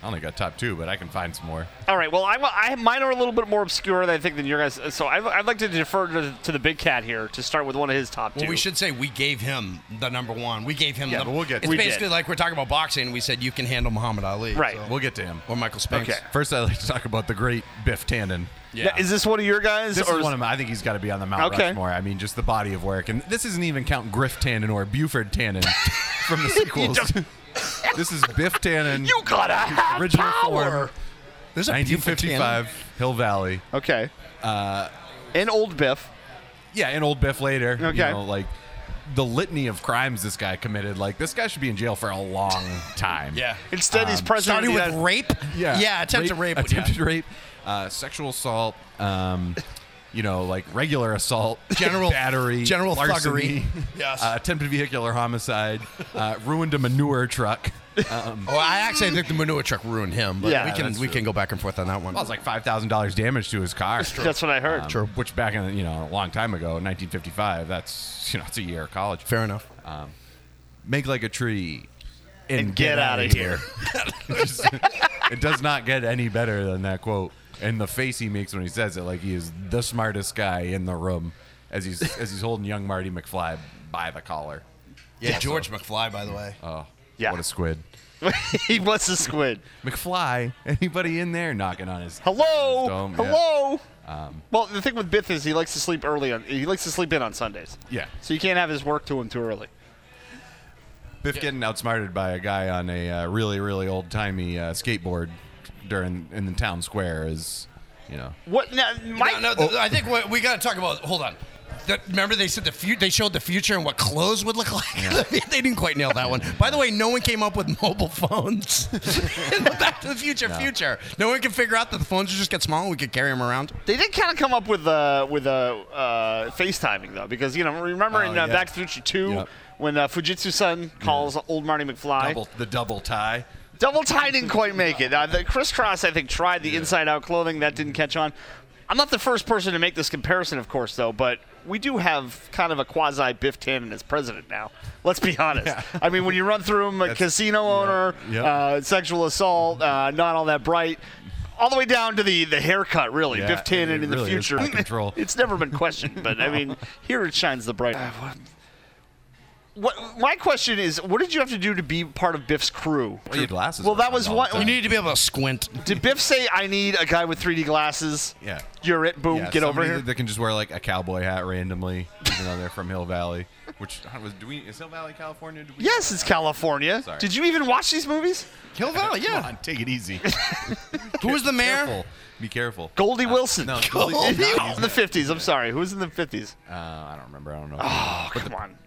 [SPEAKER 9] I only got top two, but I can find some more.
[SPEAKER 7] All right. Well, I, I mine are a little bit more obscure, I think, than your guys. So I, I'd like to defer to, to the big cat here to start with one of his top two.
[SPEAKER 8] Well, we should say we gave him the number one. We gave him.
[SPEAKER 9] Yeah,
[SPEAKER 8] the,
[SPEAKER 9] but we'll get-
[SPEAKER 8] It's
[SPEAKER 9] we
[SPEAKER 8] basically
[SPEAKER 7] did.
[SPEAKER 8] like we're talking about boxing. and We said you can handle Muhammad Ali,
[SPEAKER 7] Right.
[SPEAKER 8] so-
[SPEAKER 9] We'll get to him.
[SPEAKER 8] or Michael Spinks.
[SPEAKER 7] Okay.
[SPEAKER 9] First, I'd like to talk about the great Biff Tannen.
[SPEAKER 7] Now, Is this one of your guys?
[SPEAKER 9] This
[SPEAKER 7] or
[SPEAKER 9] is one of my, I think he's got to be on the Mount
[SPEAKER 7] Okay.
[SPEAKER 9] Rushmore. I mean, just the body of work, and this isn't even counting Griff Tannen or Buford Tannen [LAUGHS] from the sequels.
[SPEAKER 7] [LAUGHS]
[SPEAKER 9] this is Biff Tannen,
[SPEAKER 7] you gotta have
[SPEAKER 9] original
[SPEAKER 7] power.
[SPEAKER 9] form,
[SPEAKER 8] There's a Buford Tannen.
[SPEAKER 9] 1955, Hill Valley.
[SPEAKER 7] Okay.
[SPEAKER 9] Uh,
[SPEAKER 7] and old Biff.
[SPEAKER 9] Yeah, and old Biff later. you
[SPEAKER 7] Okay.
[SPEAKER 9] know, like the litany of crimes this guy committed. Like this guy should be in jail for a long time.
[SPEAKER 8] Yeah.
[SPEAKER 7] Instead,
[SPEAKER 9] um,
[SPEAKER 7] he's president.
[SPEAKER 8] Starting
[SPEAKER 7] of the
[SPEAKER 8] with
[SPEAKER 7] United-
[SPEAKER 8] rape.
[SPEAKER 9] Yeah.
[SPEAKER 8] Yeah. Attempted rape. would
[SPEAKER 9] attempted
[SPEAKER 8] happen.
[SPEAKER 9] rape, uh, sexual assault, um, you know, like regular assault,
[SPEAKER 8] General-
[SPEAKER 9] [LAUGHS] battery,
[SPEAKER 8] general
[SPEAKER 9] larceny,
[SPEAKER 8] thuggery. [LAUGHS] Yes.
[SPEAKER 9] uh, attempted vehicular homicide, uh, ruined a manure truck. Um,
[SPEAKER 8] Oh, I actually think the manure truck ruined him. But
[SPEAKER 7] Yeah,
[SPEAKER 8] we can we can go back and forth on that one.
[SPEAKER 9] well, it's like five thousand dollars damage to his car.
[SPEAKER 7] That's what I heard.
[SPEAKER 9] Um, Which back in you know a long time ago, 1955. That's you know it's a year of college.
[SPEAKER 8] Fair enough.
[SPEAKER 9] Make like a tree and,
[SPEAKER 7] And get outta
[SPEAKER 9] outta [LAUGHS] it does not get any better than that quote. And the face he makes when he says it, like he is the smartest guy in the room, as he's as he's holding young Marty McFly by the collar.
[SPEAKER 8] Yeah, Uh, George McFly, by the way.
[SPEAKER 9] Oh,
[SPEAKER 7] Yeah.
[SPEAKER 9] what a squid!
[SPEAKER 7] [LAUGHS] he was a squid.
[SPEAKER 9] McFly, anybody in there knocking on his?
[SPEAKER 7] Hello,
[SPEAKER 9] Dome, yeah. Um,
[SPEAKER 7] hello. well, the thing with Biff is he likes to sleep early. On, he likes to sleep in on Sundays.
[SPEAKER 9] Yeah.
[SPEAKER 7] So you can't have his work to him too early.
[SPEAKER 9] Biff getting outsmarted by a guy on a uh, really really old timey uh, skateboard during in the town square is, you know.
[SPEAKER 7] What? Now, my,
[SPEAKER 8] No, no, th- I think what we got to talk about. Hold on. That- remember they said the fu- they showed the future and what clothes would look [LAUGHS] like. they didn't quite nail that one. By the way, no one came up with mobile phones [LAUGHS] in the Back to the Future future. No one could figure out that the phones would just get small and we could carry them around.
[SPEAKER 7] They did kind of come up with uh, with uh, uh, FaceTiming though, because you know remember in uh,
[SPEAKER 9] Oh, yeah.
[SPEAKER 7] Back to the Future Two
[SPEAKER 9] Yep.
[SPEAKER 7] when uh, Fujitsu Son calls old Marty McFly.
[SPEAKER 9] Double, the double tie.
[SPEAKER 7] Double tie didn't quite make it. Uh, the crisscross, I think, tried the inside out clothing. That didn't catch on. I'm not the first person to make this comparison, of course, though, but we do have kind of a quasi Biff Tannen as president now. Let's be honest. [LAUGHS] I mean, when you run through him, a casino owner,
[SPEAKER 9] yeah.
[SPEAKER 7] Uh, sexual assault, uh, not all that bright, all the way down to the, the haircut, really.
[SPEAKER 9] Yeah,
[SPEAKER 7] Biff Tannen
[SPEAKER 9] it
[SPEAKER 7] in the
[SPEAKER 9] really is
[SPEAKER 7] future.
[SPEAKER 9] out of control.
[SPEAKER 7] [LAUGHS] it's never been questioned, but I
[SPEAKER 9] [LAUGHS]
[SPEAKER 7] mean, here it shines the bright. Uh, what- What, my question is, what did you have to do to be part of Biff's crew?
[SPEAKER 9] Well, your glasses
[SPEAKER 7] Well,
[SPEAKER 9] were
[SPEAKER 7] that
[SPEAKER 9] on
[SPEAKER 7] was
[SPEAKER 9] all the
[SPEAKER 7] one.
[SPEAKER 9] time.
[SPEAKER 8] You need to be able to [LAUGHS] squint.
[SPEAKER 7] Did Biff say I need a guy with 3D glasses?
[SPEAKER 9] Yeah.
[SPEAKER 7] You're it. Boom.
[SPEAKER 9] Yeah,
[SPEAKER 7] get over
[SPEAKER 9] somebody
[SPEAKER 7] here.
[SPEAKER 9] That can just wear like a cowboy hat randomly, even though they're from Hill Valley. Which I don't know, do we? Is Hill Valley California? Do we,
[SPEAKER 7] yes, it's California.
[SPEAKER 9] Sorry.
[SPEAKER 7] Did you even watch these movies?
[SPEAKER 8] Hill Valley,
[SPEAKER 9] Come
[SPEAKER 8] yeah.
[SPEAKER 9] on, take it easy.
[SPEAKER 8] Who was the mayor?
[SPEAKER 9] [LAUGHS] careful. Be careful.
[SPEAKER 7] Goldie Wilson.
[SPEAKER 9] Uh, no, Goldie- Goldie
[SPEAKER 7] in the 50s. I'm sorry. Who was in the 50s?
[SPEAKER 9] Uh, I don't remember. I don't know.
[SPEAKER 7] Oh, come on.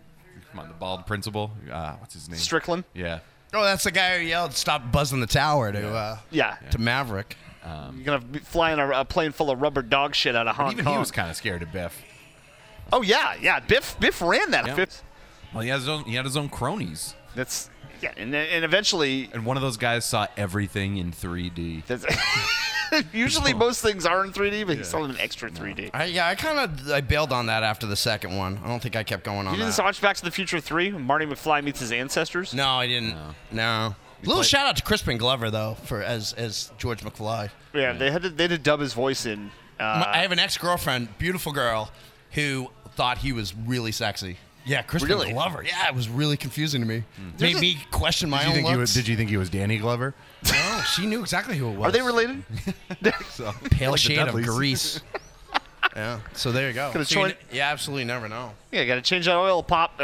[SPEAKER 9] Come on, the bald principal. Uh, what's his name?
[SPEAKER 7] Strickland?
[SPEAKER 9] Yeah.
[SPEAKER 8] Oh, that's the guy who yelled, "Stop buzzing the tower!" to uh,
[SPEAKER 7] Yeah.
[SPEAKER 8] to Maverick.
[SPEAKER 7] You're going to be flying a, a plane full of rubber dog shit out of Hong
[SPEAKER 9] Even
[SPEAKER 7] Kong.
[SPEAKER 9] he was kind of scared of Biff.
[SPEAKER 7] oh, yeah. Yeah. Biff Biff ran that.
[SPEAKER 9] Yeah.
[SPEAKER 7] Biff-
[SPEAKER 9] Well, he has his own. He had his own cronies,
[SPEAKER 7] That's. Yeah. And, then- and eventually.
[SPEAKER 9] and one of those guys saw everything in 3D.
[SPEAKER 7] That's, [LAUGHS]
[SPEAKER 9] Oh.
[SPEAKER 7] usually most things are in 3D, but he saw them in extra 3D.
[SPEAKER 8] I, yeah, I kind of I bailed on that after the second one. I don't think I kept going on
[SPEAKER 7] You didn't
[SPEAKER 8] that.
[SPEAKER 7] watch Back to the Future 3 when Marty McFly meets his ancestors?
[SPEAKER 8] No, I didn't. No. Little
[SPEAKER 9] played-
[SPEAKER 8] shout out to Crispin Glover though for as as George McFly.
[SPEAKER 7] Yeah, they had to, they had to dub his voice in. Uh,
[SPEAKER 8] My- I have an ex girlfriend, beautiful girl, who thought he was really sexy. Yeah, Crispin
[SPEAKER 7] Really? Mm.
[SPEAKER 8] Glover. Yeah, it was really confusing to me.
[SPEAKER 7] There's
[SPEAKER 8] Made
[SPEAKER 7] a-
[SPEAKER 8] me question my
[SPEAKER 9] Did you
[SPEAKER 8] own
[SPEAKER 9] think he was?
[SPEAKER 8] looks.
[SPEAKER 9] Did you think he was Danny Glover?
[SPEAKER 8] No, she knew exactly who it was.
[SPEAKER 7] are they related? [LAUGHS]
[SPEAKER 9] So
[SPEAKER 8] Pale
[SPEAKER 9] Like the
[SPEAKER 8] shade of
[SPEAKER 9] Dudleys.
[SPEAKER 8] grease. yeah. So there you go.
[SPEAKER 7] Could've
[SPEAKER 8] So you
[SPEAKER 7] joined-
[SPEAKER 8] n- you absolutely never know.
[SPEAKER 7] Yeah, gotta change that oil pop.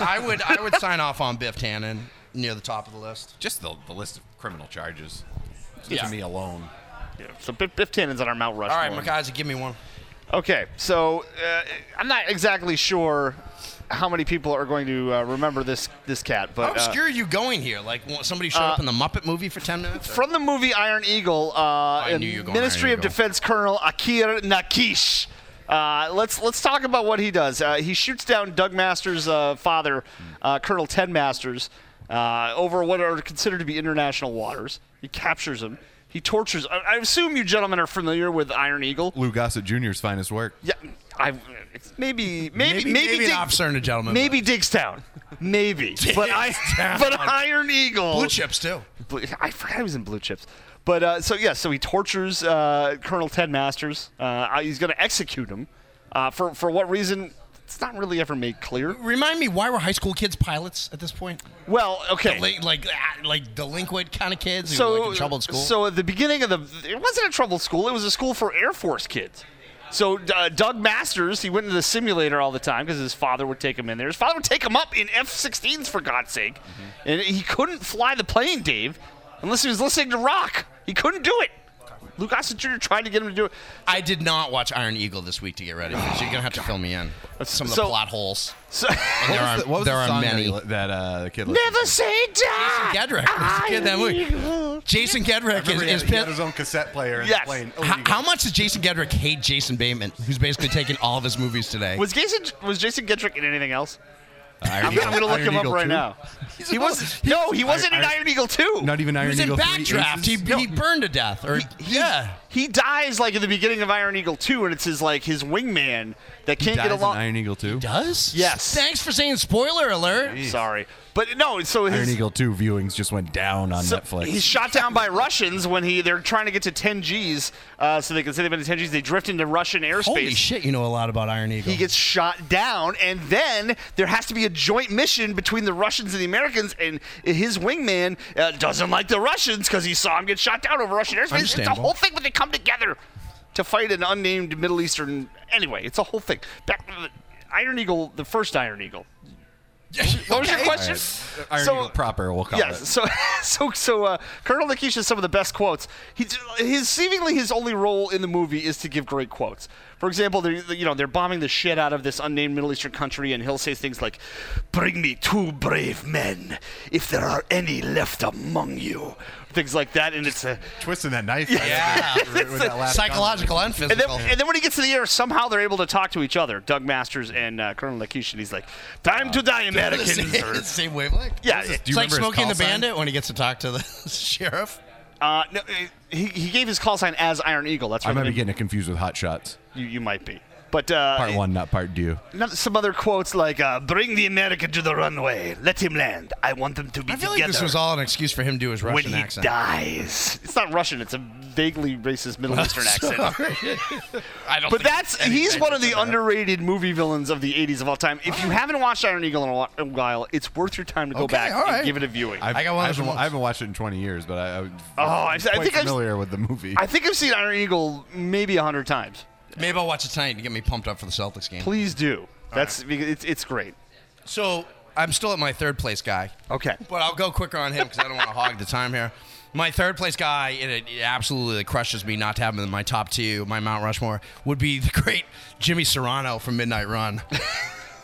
[SPEAKER 8] I would I would sign off on Biff Tannen near the top of the list.
[SPEAKER 9] Just the, the list of criminal charges.
[SPEAKER 8] Yeah.
[SPEAKER 9] To me alone.
[SPEAKER 7] so Biff, Biff Tannen's on our Mount Rushmore.
[SPEAKER 8] All right, McIsaac, give me one.
[SPEAKER 7] Okay, so uh, I'm not exactly sure how many people are going to uh, remember this this cat, but
[SPEAKER 8] How
[SPEAKER 7] uh,
[SPEAKER 8] obscure are you going here? Like wha- somebody showed up in the Muppet movie for ten minutes?
[SPEAKER 7] from the movie Iron Eagle, uh,
[SPEAKER 8] Oh, I knew you were going
[SPEAKER 7] Ministry
[SPEAKER 8] Iron
[SPEAKER 7] of
[SPEAKER 8] Eagle.
[SPEAKER 7] Defense Colonel Akir Nakish. Uh, let's let's talk about what he does. Uh, he shoots down Doug Masters' uh, father, uh, Colonel Ted Masters, uh, over what are considered to be international waters. He captures him. He tortures. I, I assume you gentlemen are familiar with Iron Eagle.
[SPEAKER 9] Lou Gossett Jr.'s finest work.
[SPEAKER 7] Yeah, I it's maybe maybe
[SPEAKER 8] Maybe-
[SPEAKER 7] maybe,
[SPEAKER 8] maybe an officer and a gentleman,
[SPEAKER 7] Maybe Digstown. Maybe, but I but Iron Eagle.
[SPEAKER 8] Blue chips too.
[SPEAKER 7] Blue- I forgot he was in Blue Chips. But uh, so yeah, so he tortures uh, Colonel Ted Masters. Uh, he's going to execute him. Uh, for for what reason? It's not really ever made clear.
[SPEAKER 8] Remind me, why were high school kids pilots at this point?
[SPEAKER 7] Well, okay.
[SPEAKER 8] Like like, ah, like delinquent kind of kids who
[SPEAKER 7] So
[SPEAKER 8] were like in trouble at school.
[SPEAKER 7] So at the beginning of the, it wasn't a troubled school. It was a school for Air Force kids. So uh, Doug Masters, he went into the simulator all the time because his father would take him in there. His father would take him up in F-16s for God's sake,
[SPEAKER 8] Mm-hmm.
[SPEAKER 7] and he couldn't fly the plane, Dave, unless he was listening to rock. He couldn't do it. Luke Gossett Jr. tried to get him to do it.
[SPEAKER 8] I did not watch Iron Eagle this week to get ready. so you're gonna have to fill me in. Some of the
[SPEAKER 7] so-
[SPEAKER 8] plot holes.
[SPEAKER 7] So [LAUGHS]
[SPEAKER 8] And there are
[SPEAKER 9] What was
[SPEAKER 8] there
[SPEAKER 9] the
[SPEAKER 8] are
[SPEAKER 9] song that
[SPEAKER 8] many.
[SPEAKER 9] he li- That, uh, the kid
[SPEAKER 7] never say die.
[SPEAKER 8] Gedrick was the kid in that movie. Jason Gedrick is, is
[SPEAKER 9] he had
[SPEAKER 8] pissed.
[SPEAKER 9] his own cassette player in
[SPEAKER 7] Yes.
[SPEAKER 9] the plane.
[SPEAKER 8] How, how much does Jason Gedrick hate Jason Bateman, who's basically taking all of his movies today?
[SPEAKER 7] Was Jason was Jason Gedrick in anything else?
[SPEAKER 8] Iron
[SPEAKER 7] I'm,
[SPEAKER 8] Eagle.
[SPEAKER 7] I'm gonna look
[SPEAKER 9] Iron
[SPEAKER 7] him
[SPEAKER 9] Eagle
[SPEAKER 7] up right
[SPEAKER 9] 2?
[SPEAKER 7] now. [LAUGHS] He was no, he wasn't in
[SPEAKER 9] Iron-
[SPEAKER 7] Iron Eagle two.
[SPEAKER 9] Not even
[SPEAKER 8] He
[SPEAKER 9] Iron
[SPEAKER 8] was in
[SPEAKER 9] Eagle. three
[SPEAKER 8] Backdraft. He,
[SPEAKER 9] aces?
[SPEAKER 8] he burned to death. Or yeah.
[SPEAKER 7] He dies like at the beginning of Iron Eagle two, and it's his like his wingman that can't
[SPEAKER 9] dies
[SPEAKER 7] get
[SPEAKER 9] in
[SPEAKER 7] along.
[SPEAKER 9] Iron Eagle 2.
[SPEAKER 8] Does?
[SPEAKER 7] Yes.
[SPEAKER 8] Thanks for saying spoiler alert.
[SPEAKER 7] Sorry, but no. So his
[SPEAKER 9] Iron Eagle 2 viewings just went down on
[SPEAKER 7] so
[SPEAKER 9] Netflix.
[SPEAKER 7] he's shot down by Russians when he they're trying to get to 10 Gs, uh, so they can say they've been to 10 Gs. They drift into Russian airspace.
[SPEAKER 8] Holy shit, you know a lot about Iron Eagle.
[SPEAKER 7] he [LAUGHS] gets shot down, and then there has to be a joint mission between the Russians and the Americans. And his wingman uh, doesn't like the Russians because he saw him get shot down over Russian airspace. It's a
[SPEAKER 8] Understandable.
[SPEAKER 7] whole thing, but they come together to fight an unnamed Middle Eastern. Anyway, it's a whole thing. Back to the Iron Eagle, the first Iron Eagle. What was your question?
[SPEAKER 9] Iron
[SPEAKER 7] So-
[SPEAKER 9] Eagle proper, we'll call
[SPEAKER 7] Yes.
[SPEAKER 9] it.
[SPEAKER 7] So, [LAUGHS] so, so uh, Colonel Nakish has some of the best quotes. He, his seemingly his only role in the movie is to give great quotes. For example, they're you know they're bombing the shit out of this unnamed Middle Eastern country, and he'll say things like, "Bring me two brave men, if there are any left among you," things like that. And it's a
[SPEAKER 9] Twisting that
[SPEAKER 7] [LAUGHS]
[SPEAKER 9] knife.
[SPEAKER 8] Yeah.
[SPEAKER 9] With that last
[SPEAKER 8] Psychological and
[SPEAKER 7] and then,
[SPEAKER 8] physical.
[SPEAKER 7] [LAUGHS] and then when he gets to the air, somehow they're able to talk to each other, Doug Masters and uh, Colonel Nakish, and he's like, "Time to die, Americans!" or- [LAUGHS]
[SPEAKER 8] [LAUGHS] Same- Same wavelength.
[SPEAKER 7] yeah,
[SPEAKER 8] It's like
[SPEAKER 9] remember his
[SPEAKER 8] Smokey and
[SPEAKER 9] call
[SPEAKER 8] the
[SPEAKER 9] sign?
[SPEAKER 8] Bandit when he gets to talk to the [LAUGHS] sheriff.
[SPEAKER 7] uh, no, uh, he, he gave his call sign as Iron Eagle. That's
[SPEAKER 9] I
[SPEAKER 7] right.
[SPEAKER 9] might be getting it confused with Hot Shots.
[SPEAKER 7] You, you might be. But uh,
[SPEAKER 9] Part one, not part two.
[SPEAKER 7] not- some other quotes like uh, "Bring the American to the runway, let him land. I want them to be
[SPEAKER 8] I feel
[SPEAKER 7] together
[SPEAKER 8] like this was all an excuse for him to do his
[SPEAKER 7] when
[SPEAKER 8] Russian
[SPEAKER 7] he
[SPEAKER 8] accent.
[SPEAKER 7] dies." It's not Russian. It's a vaguely racist Middle
[SPEAKER 8] [LAUGHS]
[SPEAKER 7] Eastern accent.
[SPEAKER 8] I don't
[SPEAKER 7] But
[SPEAKER 8] think
[SPEAKER 7] that's
[SPEAKER 8] any
[SPEAKER 7] he's one of the
[SPEAKER 8] mention that.
[SPEAKER 7] underrated movie villains of the '80s of all time. If you haven't watched Iron Eagle in a whi- a while, it's worth your time to go
[SPEAKER 8] Okay,
[SPEAKER 7] back
[SPEAKER 8] all
[SPEAKER 7] and
[SPEAKER 8] right.
[SPEAKER 7] give it a viewing. I,
[SPEAKER 8] I got one
[SPEAKER 9] I
[SPEAKER 8] of
[SPEAKER 9] haven't,
[SPEAKER 8] those
[SPEAKER 9] I haven't watched it in 20 years, but I, I, I'm
[SPEAKER 7] Oh, I- I
[SPEAKER 9] quite
[SPEAKER 7] think I've-
[SPEAKER 9] familiar with the movie.
[SPEAKER 7] think I've seen Iron Eagle maybe a hundred times.
[SPEAKER 8] Maybe I'll watch it tonight to get me pumped up for the Celtics game.
[SPEAKER 7] Please do. That's because it's it's great.
[SPEAKER 8] So I'm still at my third place guy.
[SPEAKER 7] Okay.
[SPEAKER 8] But I'll go quicker on him because I don't want to hog the time here. My third place guy, and it, it absolutely crushes me not to have him in my top two, my Mount Rushmore, would be the great Jimmy Serrano from Midnight Run.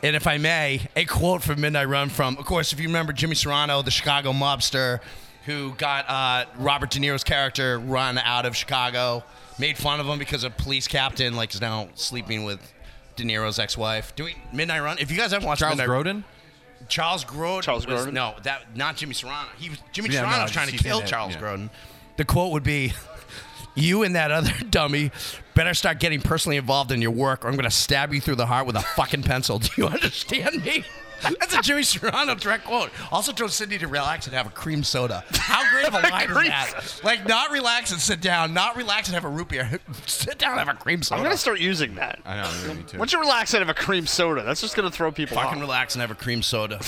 [SPEAKER 8] and if I may, a quote from Midnight Run from, of course, if you remember Jimmy Serrano, the Chicago mobster who got uh, Robert De Niro's character run out of Chicago, made fun of him because a police captain like is now sleeping with De Niro's ex-wife. Doing Midnight Run. If you guys haven't watched
[SPEAKER 9] Charles
[SPEAKER 8] Midnight
[SPEAKER 9] Grodin?
[SPEAKER 8] Charles Grodin.
[SPEAKER 7] Charles
[SPEAKER 8] was-
[SPEAKER 7] Grodin?
[SPEAKER 8] No, that not Jimmy Serrano. He was Jimmy
[SPEAKER 9] Yeah, no,
[SPEAKER 8] Serrano
[SPEAKER 9] I
[SPEAKER 8] was trying to
[SPEAKER 9] just-
[SPEAKER 8] kill
[SPEAKER 9] yeah,
[SPEAKER 8] Charles
[SPEAKER 9] yeah.
[SPEAKER 8] Grodin. The quote would be, "You and that other [LAUGHS] dummy better start getting personally involved in your work, or I'm going to stab you through the heart with a fucking pencil." [LAUGHS] Do you understand me? That's a Jimmy Serrano direct quote. Also told Cindy to relax and have a cream soda. How great
[SPEAKER 7] [LAUGHS]
[SPEAKER 8] of a line is
[SPEAKER 7] Cream
[SPEAKER 8] that? Like, not relax and sit down. Not relax and have a root beer. [LAUGHS] sit down and have a cream soda.
[SPEAKER 7] I'm gonna start using that.
[SPEAKER 9] I know, me too.
[SPEAKER 7] Once you relax and have a cream soda, that's just gonna throw people
[SPEAKER 8] Fucking
[SPEAKER 7] off.
[SPEAKER 8] relax and have a cream [LAUGHS] soda.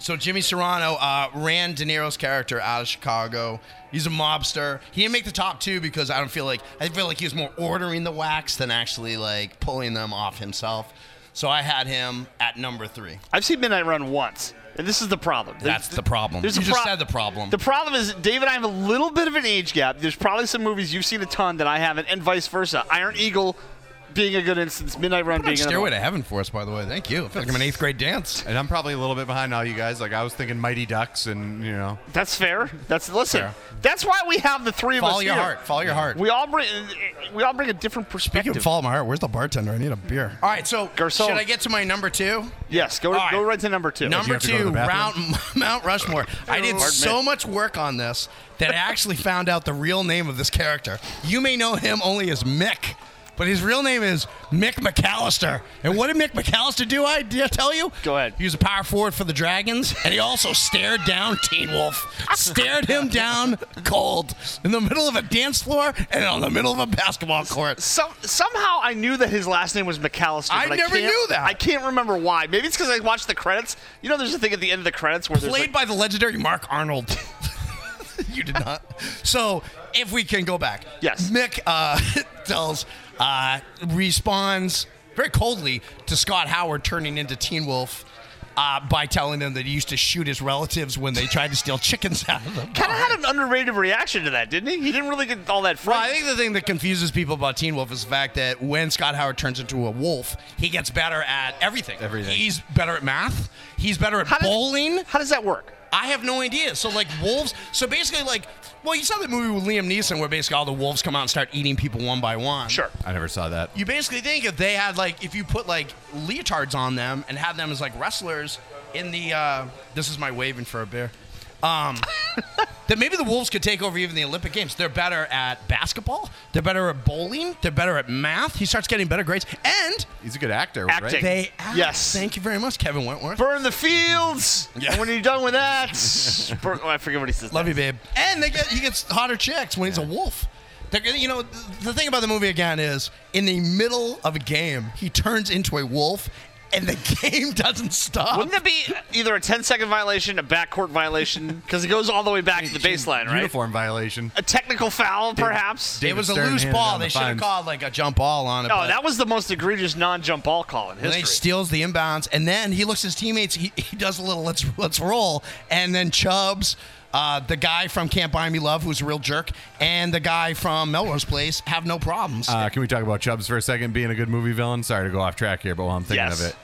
[SPEAKER 8] so Jimmy Serrano uh, ran De Niro's character out of Chicago. He's a mobster. He didn't make the top two because I don't feel like I feel like he was more ordering the wax than actually like pulling them off himself. So I had him at number three.
[SPEAKER 7] I've seen Midnight Run once, and this is the problem. There's-
[SPEAKER 8] That's the problem.
[SPEAKER 7] there's
[SPEAKER 8] you
[SPEAKER 7] a
[SPEAKER 8] just
[SPEAKER 7] pro-
[SPEAKER 8] said the problem.
[SPEAKER 7] The problem is Dave and I have a little bit of an age gap. There's probably some movies you've seen a ton that I haven't, and vice versa. Iron Eagle being a good instance, Midnight Run being another
[SPEAKER 8] Stairway
[SPEAKER 7] one.
[SPEAKER 8] to Heaven for us, by the way. Thank you. I feel like I'm in eighth grade dance.
[SPEAKER 9] And I'm probably a little bit behind all you guys. Like I was thinking Mighty Ducks, and you know,
[SPEAKER 7] That's fair. That's listen.
[SPEAKER 9] Fair.
[SPEAKER 7] That's why we have the three of
[SPEAKER 8] Follow
[SPEAKER 7] us
[SPEAKER 8] your
[SPEAKER 7] here.
[SPEAKER 8] heart. Follow your heart.
[SPEAKER 7] We all bring we all bring a different perspective.
[SPEAKER 8] Speaking of follow my heart, where's the bartender? I need a beer. All right, so
[SPEAKER 7] Garcon.
[SPEAKER 8] should I get to my number two?
[SPEAKER 7] yes, go
[SPEAKER 8] All right.
[SPEAKER 7] go right to number two.
[SPEAKER 8] Number
[SPEAKER 9] have to go
[SPEAKER 8] two,
[SPEAKER 9] to the
[SPEAKER 8] Mount,
[SPEAKER 9] bathroom?
[SPEAKER 8] [LAUGHS] Mount Rushmore. I did
[SPEAKER 7] Pardon
[SPEAKER 8] so
[SPEAKER 7] me.
[SPEAKER 8] much work on this that I actually found out the real name of this character. You may know him only as Mick, but his real name is Mick McAllister. And what did Mick McAllister do? I did I tell you.
[SPEAKER 7] Go ahead.
[SPEAKER 8] He was a power forward for the Dragons, and he also stared down [LAUGHS] Teen Wolf, stared him down cold in the middle of a dance floor and on the middle of a basketball court.
[SPEAKER 7] Some, somehow I knew that his last name was McAllister.
[SPEAKER 8] I
[SPEAKER 7] but
[SPEAKER 8] never
[SPEAKER 7] can't-
[SPEAKER 8] knew that.
[SPEAKER 7] I can't remember why. Maybe it's because I watched the credits. You know, there's a thing at the end of the credits where there's like,
[SPEAKER 8] played by the legendary Mark Arnold. [LAUGHS] you did not. So, if we can go back,
[SPEAKER 7] Yes.
[SPEAKER 8] Mick uh, [LAUGHS] tells, uh, responds very coldly to Scott Howard turning into Teen Wolf. Uh, by telling them that he used to shoot his relatives when they tried to steal chickens out of them.
[SPEAKER 7] kind of had an underrated reaction to that, didn't he? He didn't really get all that.
[SPEAKER 8] Well,
[SPEAKER 7] Fright.
[SPEAKER 8] I think the thing that confuses people about Teen Wolf is the fact that when Scott Howard turns into a wolf, he gets better at everything.
[SPEAKER 9] Everything.
[SPEAKER 8] He's better at math. He's better at
[SPEAKER 7] How does-
[SPEAKER 8] bowling.
[SPEAKER 7] How does that work?
[SPEAKER 8] I have no idea. So like wolves. So basically, like, well, you saw that movie with Liam Neeson where basically all the wolves come out and start eating people one by one.
[SPEAKER 7] Sure.
[SPEAKER 9] I never saw that.
[SPEAKER 8] You basically think if they had like if you put like leotards on them and have them as like wrestlers in the uh, this is my waving for a beer.
[SPEAKER 7] [LAUGHS]
[SPEAKER 8] Um, that maybe the wolves could take over even the Olympic Games. They're better at basketball. They're better at bowling. They're better at math. He starts getting better grades, and
[SPEAKER 9] He's a good actor,
[SPEAKER 7] Acting.
[SPEAKER 9] right?
[SPEAKER 8] they act.
[SPEAKER 7] Yes.
[SPEAKER 8] Thank you very much, Kevin Wentworth.
[SPEAKER 7] Burn the fields.
[SPEAKER 8] Yeah.
[SPEAKER 7] And when you're done with that, [LAUGHS] burn, oh, I forget what he says.
[SPEAKER 8] Love you, babe. And they get he gets hotter chicks when he's a wolf. They're gonna- you know, th- the thing about the movie again is in the middle of a game, he turns into a wolf, and the [LAUGHS] game doesn't stop.
[SPEAKER 7] Wouldn't that be either a 10 second violation, a backcourt violation? Because it goes all the way back to the baseline, right?
[SPEAKER 9] Uniform violation.
[SPEAKER 7] A technical foul, perhaps?
[SPEAKER 9] Dave-
[SPEAKER 8] it was a
[SPEAKER 9] Stern
[SPEAKER 8] loose
[SPEAKER 9] handed
[SPEAKER 8] ball.
[SPEAKER 9] down
[SPEAKER 8] They
[SPEAKER 9] the
[SPEAKER 8] should have
[SPEAKER 9] fines.
[SPEAKER 8] called like a jump ball on it.
[SPEAKER 7] No,
[SPEAKER 8] but-
[SPEAKER 7] that was the most egregious non jump ball call in
[SPEAKER 8] And then he
[SPEAKER 7] history.
[SPEAKER 8] steals the inbounds, and then he looks at his teammates. He, he does a little let's let's roll, and then Chubbs, uh, the guy from Can't Buy Me Love, who's a real jerk, and the guy from Melrose Place have no problems.
[SPEAKER 9] Uh, can we talk about Chubbs for a second being a good movie villain? Sorry to go off track here, but while I'm thinking
[SPEAKER 7] Yes.
[SPEAKER 9] of it,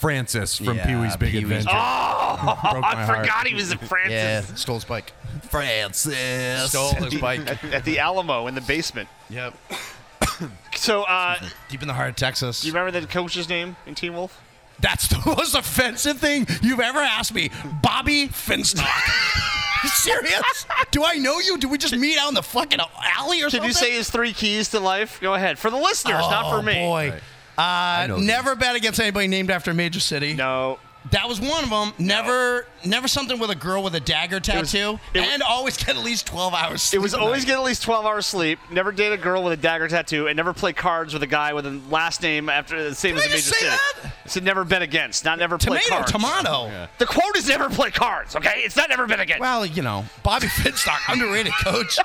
[SPEAKER 9] Francis from
[SPEAKER 8] Yeah,
[SPEAKER 9] Pee Wee's Big
[SPEAKER 8] Pee-wee's
[SPEAKER 9] Adventure.
[SPEAKER 7] oh,
[SPEAKER 9] broke my
[SPEAKER 7] I
[SPEAKER 9] heart.
[SPEAKER 7] forgot he was in Francis.
[SPEAKER 8] yeah, stole his bike.
[SPEAKER 9] Francis.
[SPEAKER 8] Stole his bike.
[SPEAKER 9] [LAUGHS]
[SPEAKER 7] At, at the Alamo in the basement.
[SPEAKER 8] yep.
[SPEAKER 7] So, uh,
[SPEAKER 8] Deep in the heart of Texas.
[SPEAKER 7] do you remember the coach's name in Teen Wolf?
[SPEAKER 8] That's the [LAUGHS] most offensive thing you've ever asked me. Bobby Finstock. [LAUGHS] You Serious? Do I know you? Do we just meet out in the fucking alley or
[SPEAKER 7] Did
[SPEAKER 8] something?
[SPEAKER 7] you say his three keys to life? Go ahead. For the listeners,
[SPEAKER 8] oh,
[SPEAKER 7] not for me.
[SPEAKER 8] boy. Uh,
[SPEAKER 9] know
[SPEAKER 8] never bet against anybody named after a major city.
[SPEAKER 7] No.
[SPEAKER 8] That was one of them. Never, never something with a girl with a dagger
[SPEAKER 7] was-
[SPEAKER 8] tattoo,
[SPEAKER 7] it was-
[SPEAKER 8] and always get at least twelve hours.
[SPEAKER 7] It
[SPEAKER 8] Sleep
[SPEAKER 7] was
[SPEAKER 8] a
[SPEAKER 7] always
[SPEAKER 8] night.
[SPEAKER 7] get at least 12 hours sleep, never date a girl with a dagger tattoo, and never play cards with a guy with a last name after the same
[SPEAKER 8] Did
[SPEAKER 7] as
[SPEAKER 8] I
[SPEAKER 7] a major
[SPEAKER 8] just say
[SPEAKER 7] city.
[SPEAKER 8] that?
[SPEAKER 7] It said never bet against, not never play
[SPEAKER 8] tomato,
[SPEAKER 7] cards.
[SPEAKER 8] tomato.
[SPEAKER 7] The quote is never play cards, okay? It's not never bet against.
[SPEAKER 8] Well, you know, Bobby [LAUGHS] Finstock, underrated coach.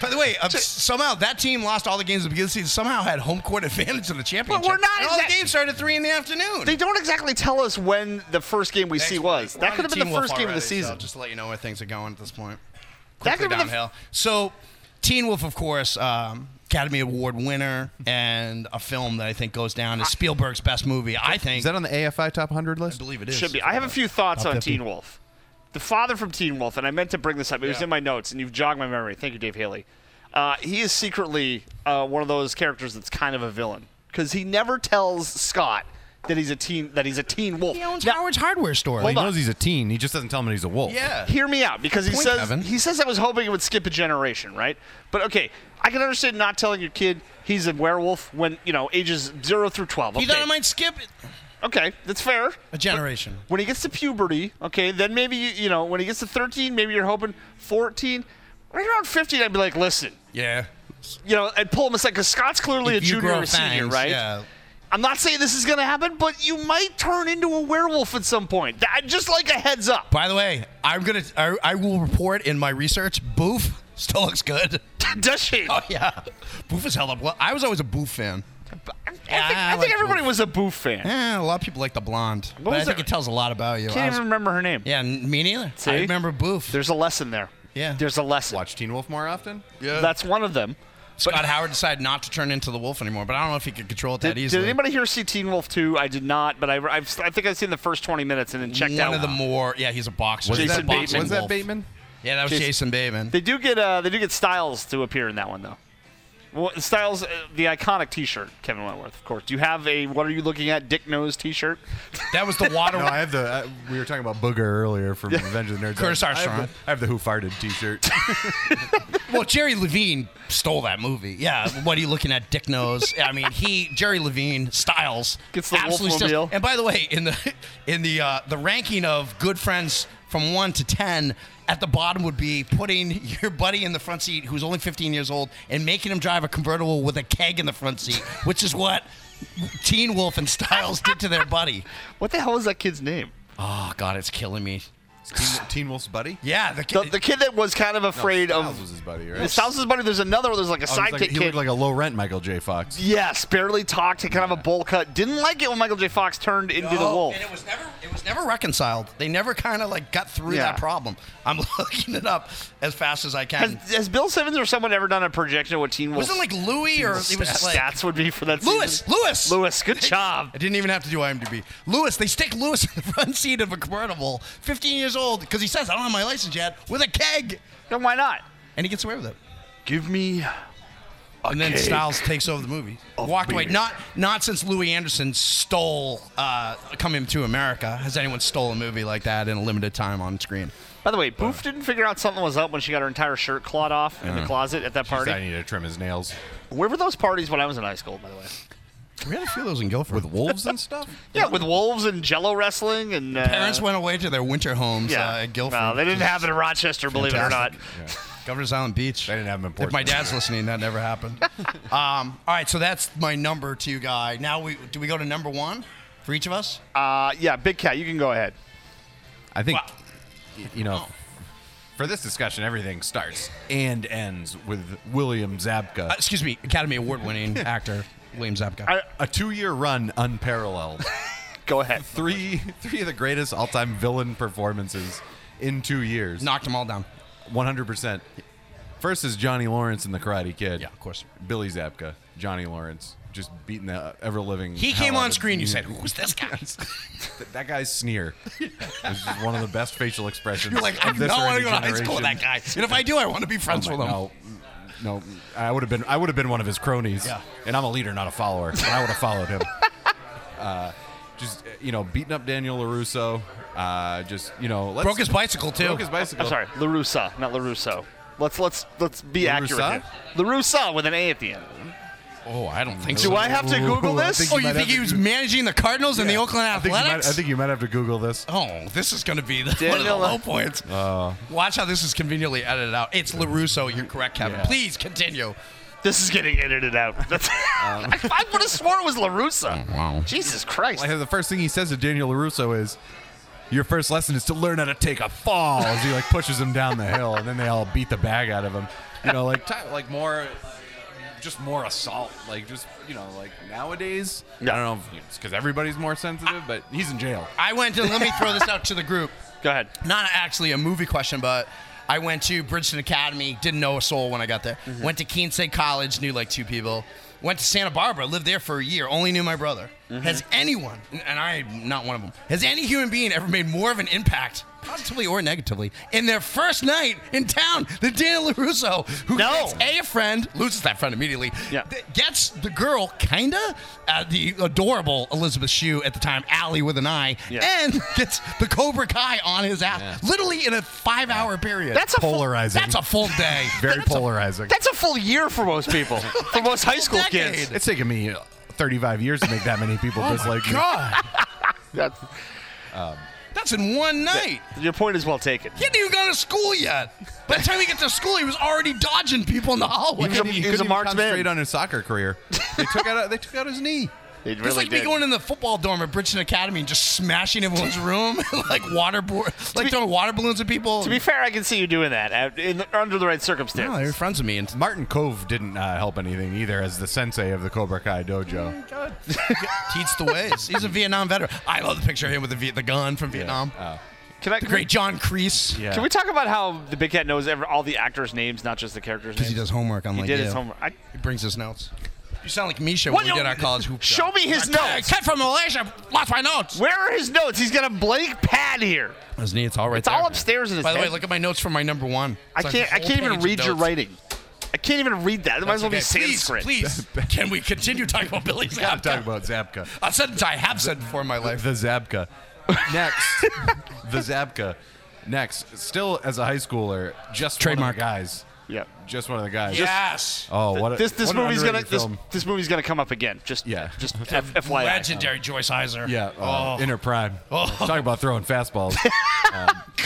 [SPEAKER 8] By the way, uh, s- somehow that team lost all the games at the beginning of the season. Somehow had home court advantage in the championship.
[SPEAKER 7] we're not
[SPEAKER 8] And all
[SPEAKER 7] exact-
[SPEAKER 8] the games started at three in the afternoon.
[SPEAKER 7] they don't exactly tell us when the first game we see was. That could have been the first game of the season.
[SPEAKER 8] just to let you know where things are going at this point.
[SPEAKER 7] That
[SPEAKER 8] Quickly
[SPEAKER 7] could've been the-
[SPEAKER 8] downhill. so, Teen Wolf, of course, um, Academy Award winner, and a film that I think goes down as Spielberg's best movie. I think.
[SPEAKER 9] Is that on the AFI top 100 list?
[SPEAKER 8] I believe it is.
[SPEAKER 7] Should be. I have a few thoughts
[SPEAKER 8] Top
[SPEAKER 7] on
[SPEAKER 8] 50.
[SPEAKER 7] Teen Wolf. The father from Teen Wolf, and I meant to bring this up. It was
[SPEAKER 8] Yeah.
[SPEAKER 7] in my notes, and you've jogged my memory. Thank you, Dave Haley. Uh, he is secretly uh, one of those characters that's kind of a villain because he never tells Scott that he's a teen that he's a teen wolf.
[SPEAKER 8] He owns
[SPEAKER 7] Now,
[SPEAKER 8] Howard's Hardware Store.
[SPEAKER 9] Well, he
[SPEAKER 7] Hold on.
[SPEAKER 9] knows he's a teen. He just doesn't tell him that he's a wolf.
[SPEAKER 8] yeah.
[SPEAKER 7] hear me out because he
[SPEAKER 8] Point,
[SPEAKER 7] says
[SPEAKER 8] Evan.
[SPEAKER 7] he says I was hoping it would skip a generation, right? But okay, I can understand not telling your kid he's a werewolf when you know ages zero through twelve.
[SPEAKER 8] He
[SPEAKER 7] Okay,
[SPEAKER 8] thought I might skip
[SPEAKER 7] okay that's fair.
[SPEAKER 8] a generation.
[SPEAKER 7] when he gets to puberty, okay, then maybe you, you know, when he gets to 13, maybe you're hoping 14. Right around 15, I'd be like, listen,
[SPEAKER 8] Yeah.
[SPEAKER 7] you know, and pull him aside because Scott's clearly a
[SPEAKER 8] If you
[SPEAKER 7] junior
[SPEAKER 8] grow
[SPEAKER 7] or senior,
[SPEAKER 8] fangs,
[SPEAKER 7] right?
[SPEAKER 8] Yeah.
[SPEAKER 7] I'm not saying this is going to happen, but you might turn into a werewolf at some point. That, just like a heads up. [LAUGHS]
[SPEAKER 8] By the way, I'm gonna. I, I will report in my research. Boof still looks good.
[SPEAKER 7] Does she?
[SPEAKER 8] Oh yeah, Boof is held up well. I was always a Boof fan.
[SPEAKER 7] I think,
[SPEAKER 8] yeah, I
[SPEAKER 7] I think
[SPEAKER 8] like
[SPEAKER 7] everybody
[SPEAKER 8] Boof.
[SPEAKER 7] was a Boof fan.
[SPEAKER 8] Yeah, a lot of people like the blonde. but I
[SPEAKER 7] was
[SPEAKER 8] think
[SPEAKER 7] her-
[SPEAKER 8] it tells a lot about you. I
[SPEAKER 7] Can't
[SPEAKER 8] was-
[SPEAKER 7] even remember her name.
[SPEAKER 8] yeah, n- me neither.
[SPEAKER 7] See?
[SPEAKER 8] I remember Boof.
[SPEAKER 7] There's a lesson there.
[SPEAKER 8] Yeah.
[SPEAKER 7] There's a lesson.
[SPEAKER 9] Watch Teen Wolf more often?
[SPEAKER 8] Yeah.
[SPEAKER 7] That's one of them.
[SPEAKER 8] Scott Howard decided not to turn into the wolf anymore, but I don't know if he could control it that
[SPEAKER 7] Did, did
[SPEAKER 8] easily.
[SPEAKER 7] anybody here see Teen Wolf 2? I did not, but I, I've, I think I've seen the first 20 minutes and then checked
[SPEAKER 8] One
[SPEAKER 7] out.
[SPEAKER 8] of the more, yeah, he's a boxer.
[SPEAKER 7] Was
[SPEAKER 8] He's a
[SPEAKER 7] that
[SPEAKER 8] boxing
[SPEAKER 7] Bateman?
[SPEAKER 9] Was that
[SPEAKER 8] wolf.
[SPEAKER 9] Bateman?
[SPEAKER 8] Yeah, that was
[SPEAKER 7] Jason- [LAUGHS]
[SPEAKER 8] Jason, Bateman.
[SPEAKER 7] They do get uh, they do get Styles to appear in that one though. Well, Styles, uh, the iconic T-shirt, Kevin Wentworth, of course. Do you have a "What are you looking at, Dick Nose" T-shirt?
[SPEAKER 8] that was the water.
[SPEAKER 9] No, I have the. Uh, we were talking about Booger earlier from Revenge of the Nerds.
[SPEAKER 8] Curtis
[SPEAKER 9] I have the-
[SPEAKER 8] Armstrong.
[SPEAKER 9] I have the Who Farted T-shirt.
[SPEAKER 8] well, Jerry Levine stole that movie. Yeah, what are you looking at, Dick Nose? I mean, he Jerry Levine Styles
[SPEAKER 7] Gets the
[SPEAKER 8] absolutely
[SPEAKER 7] Wolfmobile.
[SPEAKER 8] steals- And by the way, in the in the uh, the ranking of good friends from one to ten, at the bottom would be putting your buddy in the front seat who's only 15 years old and making him drive a convertible with a keg in the front seat, which is what Teen Wolf and Styles did to their buddy.
[SPEAKER 7] What the hell is that kid's name?
[SPEAKER 8] [LAUGHS] Oh God, it's killing me.
[SPEAKER 9] Teen, Teen Wolf's buddy.
[SPEAKER 8] Yeah, the,
[SPEAKER 7] The,
[SPEAKER 8] kid.
[SPEAKER 7] the kid that was kind of afraid
[SPEAKER 9] Styles was
[SPEAKER 7] of
[SPEAKER 9] his buddy, right?
[SPEAKER 7] It's Styles' buddy. There's another one. There's like a
[SPEAKER 9] Oh, he's
[SPEAKER 7] sidekick
[SPEAKER 9] like, he
[SPEAKER 7] kid.
[SPEAKER 9] looked like a low rent Michael J. Fox.
[SPEAKER 7] yes, barely talked. Had kind of a bowl cut. Didn't like it when Michael J. Fox turned into the
[SPEAKER 8] Oh,
[SPEAKER 7] wolf.
[SPEAKER 8] And it was never it was never reconciled. They never kind of like got through
[SPEAKER 7] Yeah.
[SPEAKER 8] that problem. I'm [LAUGHS] looking it up as fast as I
[SPEAKER 7] Has,
[SPEAKER 8] can.
[SPEAKER 7] has Bill Simmons or someone ever done a projection of what Teen Wolf?
[SPEAKER 8] Wasn't it like Louis or it was like
[SPEAKER 7] stats would be for that
[SPEAKER 8] Lewis,
[SPEAKER 7] season?
[SPEAKER 8] Lewis,
[SPEAKER 7] Lewis, good job.
[SPEAKER 8] I didn't even have to do IMDb. Lewis, they stick Lewis [LAUGHS] in the front seat of a convertible, 15 years old, because he says I don't have my license yet, with a keg,
[SPEAKER 7] Then why not?
[SPEAKER 8] and he gets away with it.
[SPEAKER 7] Give me
[SPEAKER 8] and then Styles takes over the movie. Walked away. Not not since Louis Anderson stole uh, Coming to America has anyone stole a movie like that in a limited time on screen.
[SPEAKER 7] By the way, Poof didn't figure out something was up when she got her entire shirt clawed off in the closet at that party.
[SPEAKER 9] I need to trim his nails
[SPEAKER 7] Where were those parties when I was in high school, by the way?
[SPEAKER 8] We had a few of those in Guilford.
[SPEAKER 9] with wolves and stuff.
[SPEAKER 7] Yeah, with wolves and jello wrestling and. Uh,
[SPEAKER 8] Parents went away to their winter homes
[SPEAKER 7] yeah.
[SPEAKER 8] uh, at Guilford.
[SPEAKER 7] No, they didn't have it in Rochester, believe it
[SPEAKER 8] Fantastic.
[SPEAKER 7] or not.
[SPEAKER 8] Governor's Island Beach.
[SPEAKER 9] They didn't have them in
[SPEAKER 8] If my
[SPEAKER 9] Portsmouth.
[SPEAKER 8] dad's listening, that never
[SPEAKER 9] [LAUGHS]
[SPEAKER 8] happened. um, all right, so that's my number two guy. Now we do we go to number one for each of us?
[SPEAKER 7] Uh, yeah, Big Cat, you can go ahead.
[SPEAKER 9] I think, y- you know, for this discussion, everything starts and ends with William Zabka.
[SPEAKER 8] Uh, excuse me, Academy Award winning [LAUGHS] actor William Zabka.
[SPEAKER 7] I-
[SPEAKER 9] a two-year run
[SPEAKER 7] [LAUGHS]
[SPEAKER 9] unparalleled.
[SPEAKER 7] Go ahead.
[SPEAKER 9] three, three of the greatest all-time villain performances in two years.
[SPEAKER 8] Knocked them all down.
[SPEAKER 9] One hundred percent. First is Johnny Lawrence in The Karate Kid.
[SPEAKER 8] Yeah, of course.
[SPEAKER 9] Billy Zabka, Johnny Lawrence, just beating the ever living.
[SPEAKER 8] He came on screen. You said, "Who's this
[SPEAKER 9] [LAUGHS]
[SPEAKER 8] guy?"
[SPEAKER 9] that guy's
[SPEAKER 8] [LAUGHS]
[SPEAKER 9] sneer." It was just one of the best facial expressions.
[SPEAKER 8] You're like, I
[SPEAKER 9] of
[SPEAKER 8] do
[SPEAKER 9] this
[SPEAKER 8] not
[SPEAKER 9] or
[SPEAKER 8] want to
[SPEAKER 9] any
[SPEAKER 8] go to high school with that
[SPEAKER 9] generation."
[SPEAKER 8] guy. And if I do, I want to be friends
[SPEAKER 9] I'm
[SPEAKER 8] with
[SPEAKER 9] like,
[SPEAKER 8] him.
[SPEAKER 9] No, no, I would have been. I would have been one of his cronies.
[SPEAKER 8] Yeah.
[SPEAKER 9] And I'm a leader, not a follower. and I would have followed him. [LAUGHS] uh, just uh, you know, beating up Daniel Larusso. Uh, just you know, let's,
[SPEAKER 8] Broke his bicycle too.
[SPEAKER 9] Broke his bicycle.
[SPEAKER 7] I'm sorry, LaRussa, not LaRusso. Let's let's let's be
[SPEAKER 9] La Russa?
[SPEAKER 7] accurate. Here. LaRussa with an A at the end.
[SPEAKER 8] Oh, I don't think so.
[SPEAKER 7] Do I have to Google
[SPEAKER 9] Ooh, I
[SPEAKER 7] this?
[SPEAKER 9] think
[SPEAKER 8] Oh, you
[SPEAKER 9] You might
[SPEAKER 8] think
[SPEAKER 9] have
[SPEAKER 8] he
[SPEAKER 9] to
[SPEAKER 8] was
[SPEAKER 9] do-
[SPEAKER 8] managing the Cardinals and the Oakland
[SPEAKER 9] I think, you might,
[SPEAKER 8] Athletics?
[SPEAKER 9] I think you might have to Google this.
[SPEAKER 8] Oh, this is going to be the, [LAUGHS] one of the
[SPEAKER 7] Daniel-
[SPEAKER 8] low points. Watch how this is conveniently edited out. It's LaRusso. You're correct, Kevin.
[SPEAKER 9] Yeah.
[SPEAKER 8] Please continue.
[SPEAKER 7] This is getting edited out.
[SPEAKER 8] [LAUGHS]
[SPEAKER 7] That's, [LAUGHS] I, would have sworn it was LaRussa.
[SPEAKER 8] Oh, wow.
[SPEAKER 7] Jesus Christ.
[SPEAKER 9] Like, the first thing he says to Daniel Larusso is, "Your first lesson is to learn how to take a fall." As he like pushes him down the hill, and then they all beat the bag out of him. You know, like ti- [LAUGHS] like more, just more assault. Like just you know, like nowadays, I don't know if it's because everybody's more sensitive, but he's in jail.
[SPEAKER 8] I went to, let me throw this out to the group.
[SPEAKER 7] Go ahead.
[SPEAKER 8] Not actually a movie question, but I went to Bridgeton Academy. Didn't know a soul when I got there.
[SPEAKER 7] Mm-hmm.
[SPEAKER 8] Went to Keene State College. Knew like two people. Went to Santa Barbara. Lived there for a year. Only knew my brother.
[SPEAKER 7] Mm-hmm.
[SPEAKER 8] Has anyone, and I'm not one of them, has any human being ever made more of an impact, positively or negatively, in their first night in town than Daniel LaRusso, who
[SPEAKER 7] No.
[SPEAKER 8] gets a, a friend, loses that friend immediately,
[SPEAKER 7] Yeah.
[SPEAKER 8] th- gets the girl, kinda, uh, the adorable Elizabeth Shue at the time, Allie with an eye,
[SPEAKER 7] Yeah.
[SPEAKER 8] and gets the Cobra Kai on his ass, literally in a five hour period.
[SPEAKER 7] That's a full,
[SPEAKER 9] Polarizing.
[SPEAKER 8] That's a full day. [LAUGHS]
[SPEAKER 9] very
[SPEAKER 8] That's a-
[SPEAKER 9] polarizing.
[SPEAKER 7] that's a full year for most
[SPEAKER 8] [LAUGHS]
[SPEAKER 7] people. for most high school
[SPEAKER 8] decade.
[SPEAKER 7] kids.
[SPEAKER 9] it's taken me 35 years to make that many
[SPEAKER 8] [LAUGHS]
[SPEAKER 9] people
[SPEAKER 8] Oh my
[SPEAKER 9] dislike me.
[SPEAKER 8] God.
[SPEAKER 7] That's,
[SPEAKER 8] That's in one night.
[SPEAKER 7] your point is well taken.
[SPEAKER 8] He hadn't even gone to school yet. By the time he gets to school, he was already dodging people in the hallway.
[SPEAKER 7] He was a-
[SPEAKER 9] Couldn't
[SPEAKER 7] he
[SPEAKER 9] even-
[SPEAKER 7] was a
[SPEAKER 9] couldn't even
[SPEAKER 7] marksman.
[SPEAKER 9] Concentrate on his soccer career. They took out. They took out his knee.
[SPEAKER 7] It really
[SPEAKER 8] It's like
[SPEAKER 7] did.
[SPEAKER 8] me going in the football dorm at Bridgeton Academy and just smashing everyone's room, [LAUGHS] like waterboard, like throwing water balloons at people.
[SPEAKER 7] to be fair, I can see you doing that uh, in the, under the right
[SPEAKER 8] no, they
[SPEAKER 7] circumstances.
[SPEAKER 8] were friends with me. And
[SPEAKER 9] Martin Cove didn't uh, help anything either as the sensei of the Cobra Kai dojo.
[SPEAKER 7] Oh.
[SPEAKER 8] teach the ways. He's a Vietnam veteran. I love the picture of him with the, Viet- the gun from Vietnam.
[SPEAKER 9] Uh,
[SPEAKER 7] Can I?
[SPEAKER 8] The
[SPEAKER 7] Can,
[SPEAKER 8] great John Creese.
[SPEAKER 7] we, can we talk about how the big cat knows every, all the actors' names, not just the characters' names?
[SPEAKER 8] Because he does homework. I'm
[SPEAKER 7] He
[SPEAKER 8] like,
[SPEAKER 7] did
[SPEAKER 8] yeah.
[SPEAKER 7] his homework. I,
[SPEAKER 8] He brings his notes. You sound like Misha
[SPEAKER 7] What
[SPEAKER 8] when we
[SPEAKER 7] no-
[SPEAKER 8] did our college hoop.
[SPEAKER 7] show
[SPEAKER 8] job.
[SPEAKER 7] me his notes.
[SPEAKER 8] Ted from Malaysia lost my notes.
[SPEAKER 7] Where are his notes? He's got a blank pad here.
[SPEAKER 8] His knee, it's all right
[SPEAKER 7] It's all upstairs in his
[SPEAKER 8] By the way,
[SPEAKER 7] head.
[SPEAKER 8] look at my notes for my number one.
[SPEAKER 7] I
[SPEAKER 8] It's like
[SPEAKER 7] can't.
[SPEAKER 8] a
[SPEAKER 7] I can't
[SPEAKER 8] whole
[SPEAKER 7] even
[SPEAKER 8] page of
[SPEAKER 7] read your
[SPEAKER 8] notes.
[SPEAKER 7] writing. I can't even read that. It might as well be
[SPEAKER 8] Okay, please,
[SPEAKER 7] Sanskrit.
[SPEAKER 8] [LAUGHS] Please, can we continue talking about [LAUGHS] Billy
[SPEAKER 9] I'm talking
[SPEAKER 8] Zabka?
[SPEAKER 9] about Zabka.
[SPEAKER 8] A sentence I have said before in my life.
[SPEAKER 9] The Zabka.
[SPEAKER 7] [LAUGHS]
[SPEAKER 9] Next. the Zabka. Next. Still as a high schooler, just
[SPEAKER 8] Trademark.
[SPEAKER 9] one of the guys.
[SPEAKER 7] Yeah.
[SPEAKER 9] Just one of the guys.
[SPEAKER 8] Yes.
[SPEAKER 9] Oh, what a,
[SPEAKER 7] This this
[SPEAKER 9] what an
[SPEAKER 7] movie's gonna
[SPEAKER 9] underrated
[SPEAKER 7] this,
[SPEAKER 9] film.
[SPEAKER 7] this movie's gonna come up again. Just
[SPEAKER 9] Yeah.
[SPEAKER 8] [LAUGHS]
[SPEAKER 7] Just F- FYI.
[SPEAKER 8] Legendary Joyce Heiser.
[SPEAKER 9] Yeah, uh,
[SPEAKER 8] Oh,
[SPEAKER 9] inner prime. Talk about
[SPEAKER 8] [LAUGHS]
[SPEAKER 9] throwing fastballs.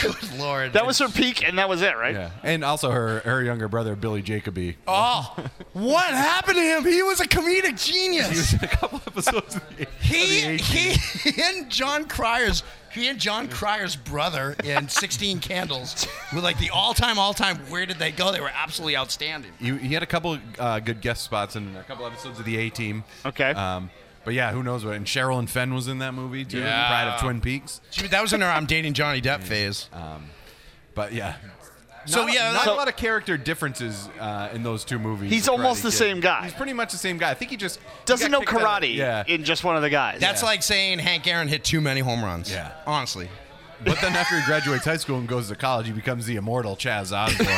[SPEAKER 8] good lord.
[SPEAKER 7] That was her peak, and that was it, right?
[SPEAKER 9] yeah, and also her her younger brother Billy Jacoby.
[SPEAKER 8] Oh, what happened to him? He was a comedic genius.
[SPEAKER 9] He was in [LAUGHS] a couple episodes. Of the, of
[SPEAKER 8] [LAUGHS] He
[SPEAKER 9] the 18.
[SPEAKER 8] he [LAUGHS] and John Cryer's he and John Cryer's brother in Sixteen Candles were like the all time all time. Where did they go? They were absolutely outstanding.
[SPEAKER 9] You- he had a couple uh, good guest spots in a couple episodes of the A Team.
[SPEAKER 7] Okay.
[SPEAKER 8] Uh,
[SPEAKER 9] Um, but yeah, who knows what? And Cheryl and Fenn was in that movie too.
[SPEAKER 8] Yeah.
[SPEAKER 9] Pride of Twin Peaks.
[SPEAKER 8] She- that was in her I'm dating Johnny Depp phase.
[SPEAKER 9] Uh-huh. But yeah.
[SPEAKER 8] So,
[SPEAKER 9] Not-
[SPEAKER 8] yeah,
[SPEAKER 9] not
[SPEAKER 8] so-
[SPEAKER 9] a lot of character differences uh, in those two movies.
[SPEAKER 7] He's
[SPEAKER 9] The Karate
[SPEAKER 7] almost the
[SPEAKER 9] Kid.
[SPEAKER 7] same guy.
[SPEAKER 9] He's pretty much the same guy. I think he just he
[SPEAKER 7] Doesn't know
[SPEAKER 9] got kicked out of-
[SPEAKER 7] karate
[SPEAKER 9] Yeah.
[SPEAKER 7] in just one of the guys.
[SPEAKER 8] That's like saying Hank Aaron hit too many home runs.
[SPEAKER 9] Yeah.
[SPEAKER 8] honestly.
[SPEAKER 9] [LAUGHS] but then after he graduates high school and goes to college, he becomes the immortal Chaz Osborne.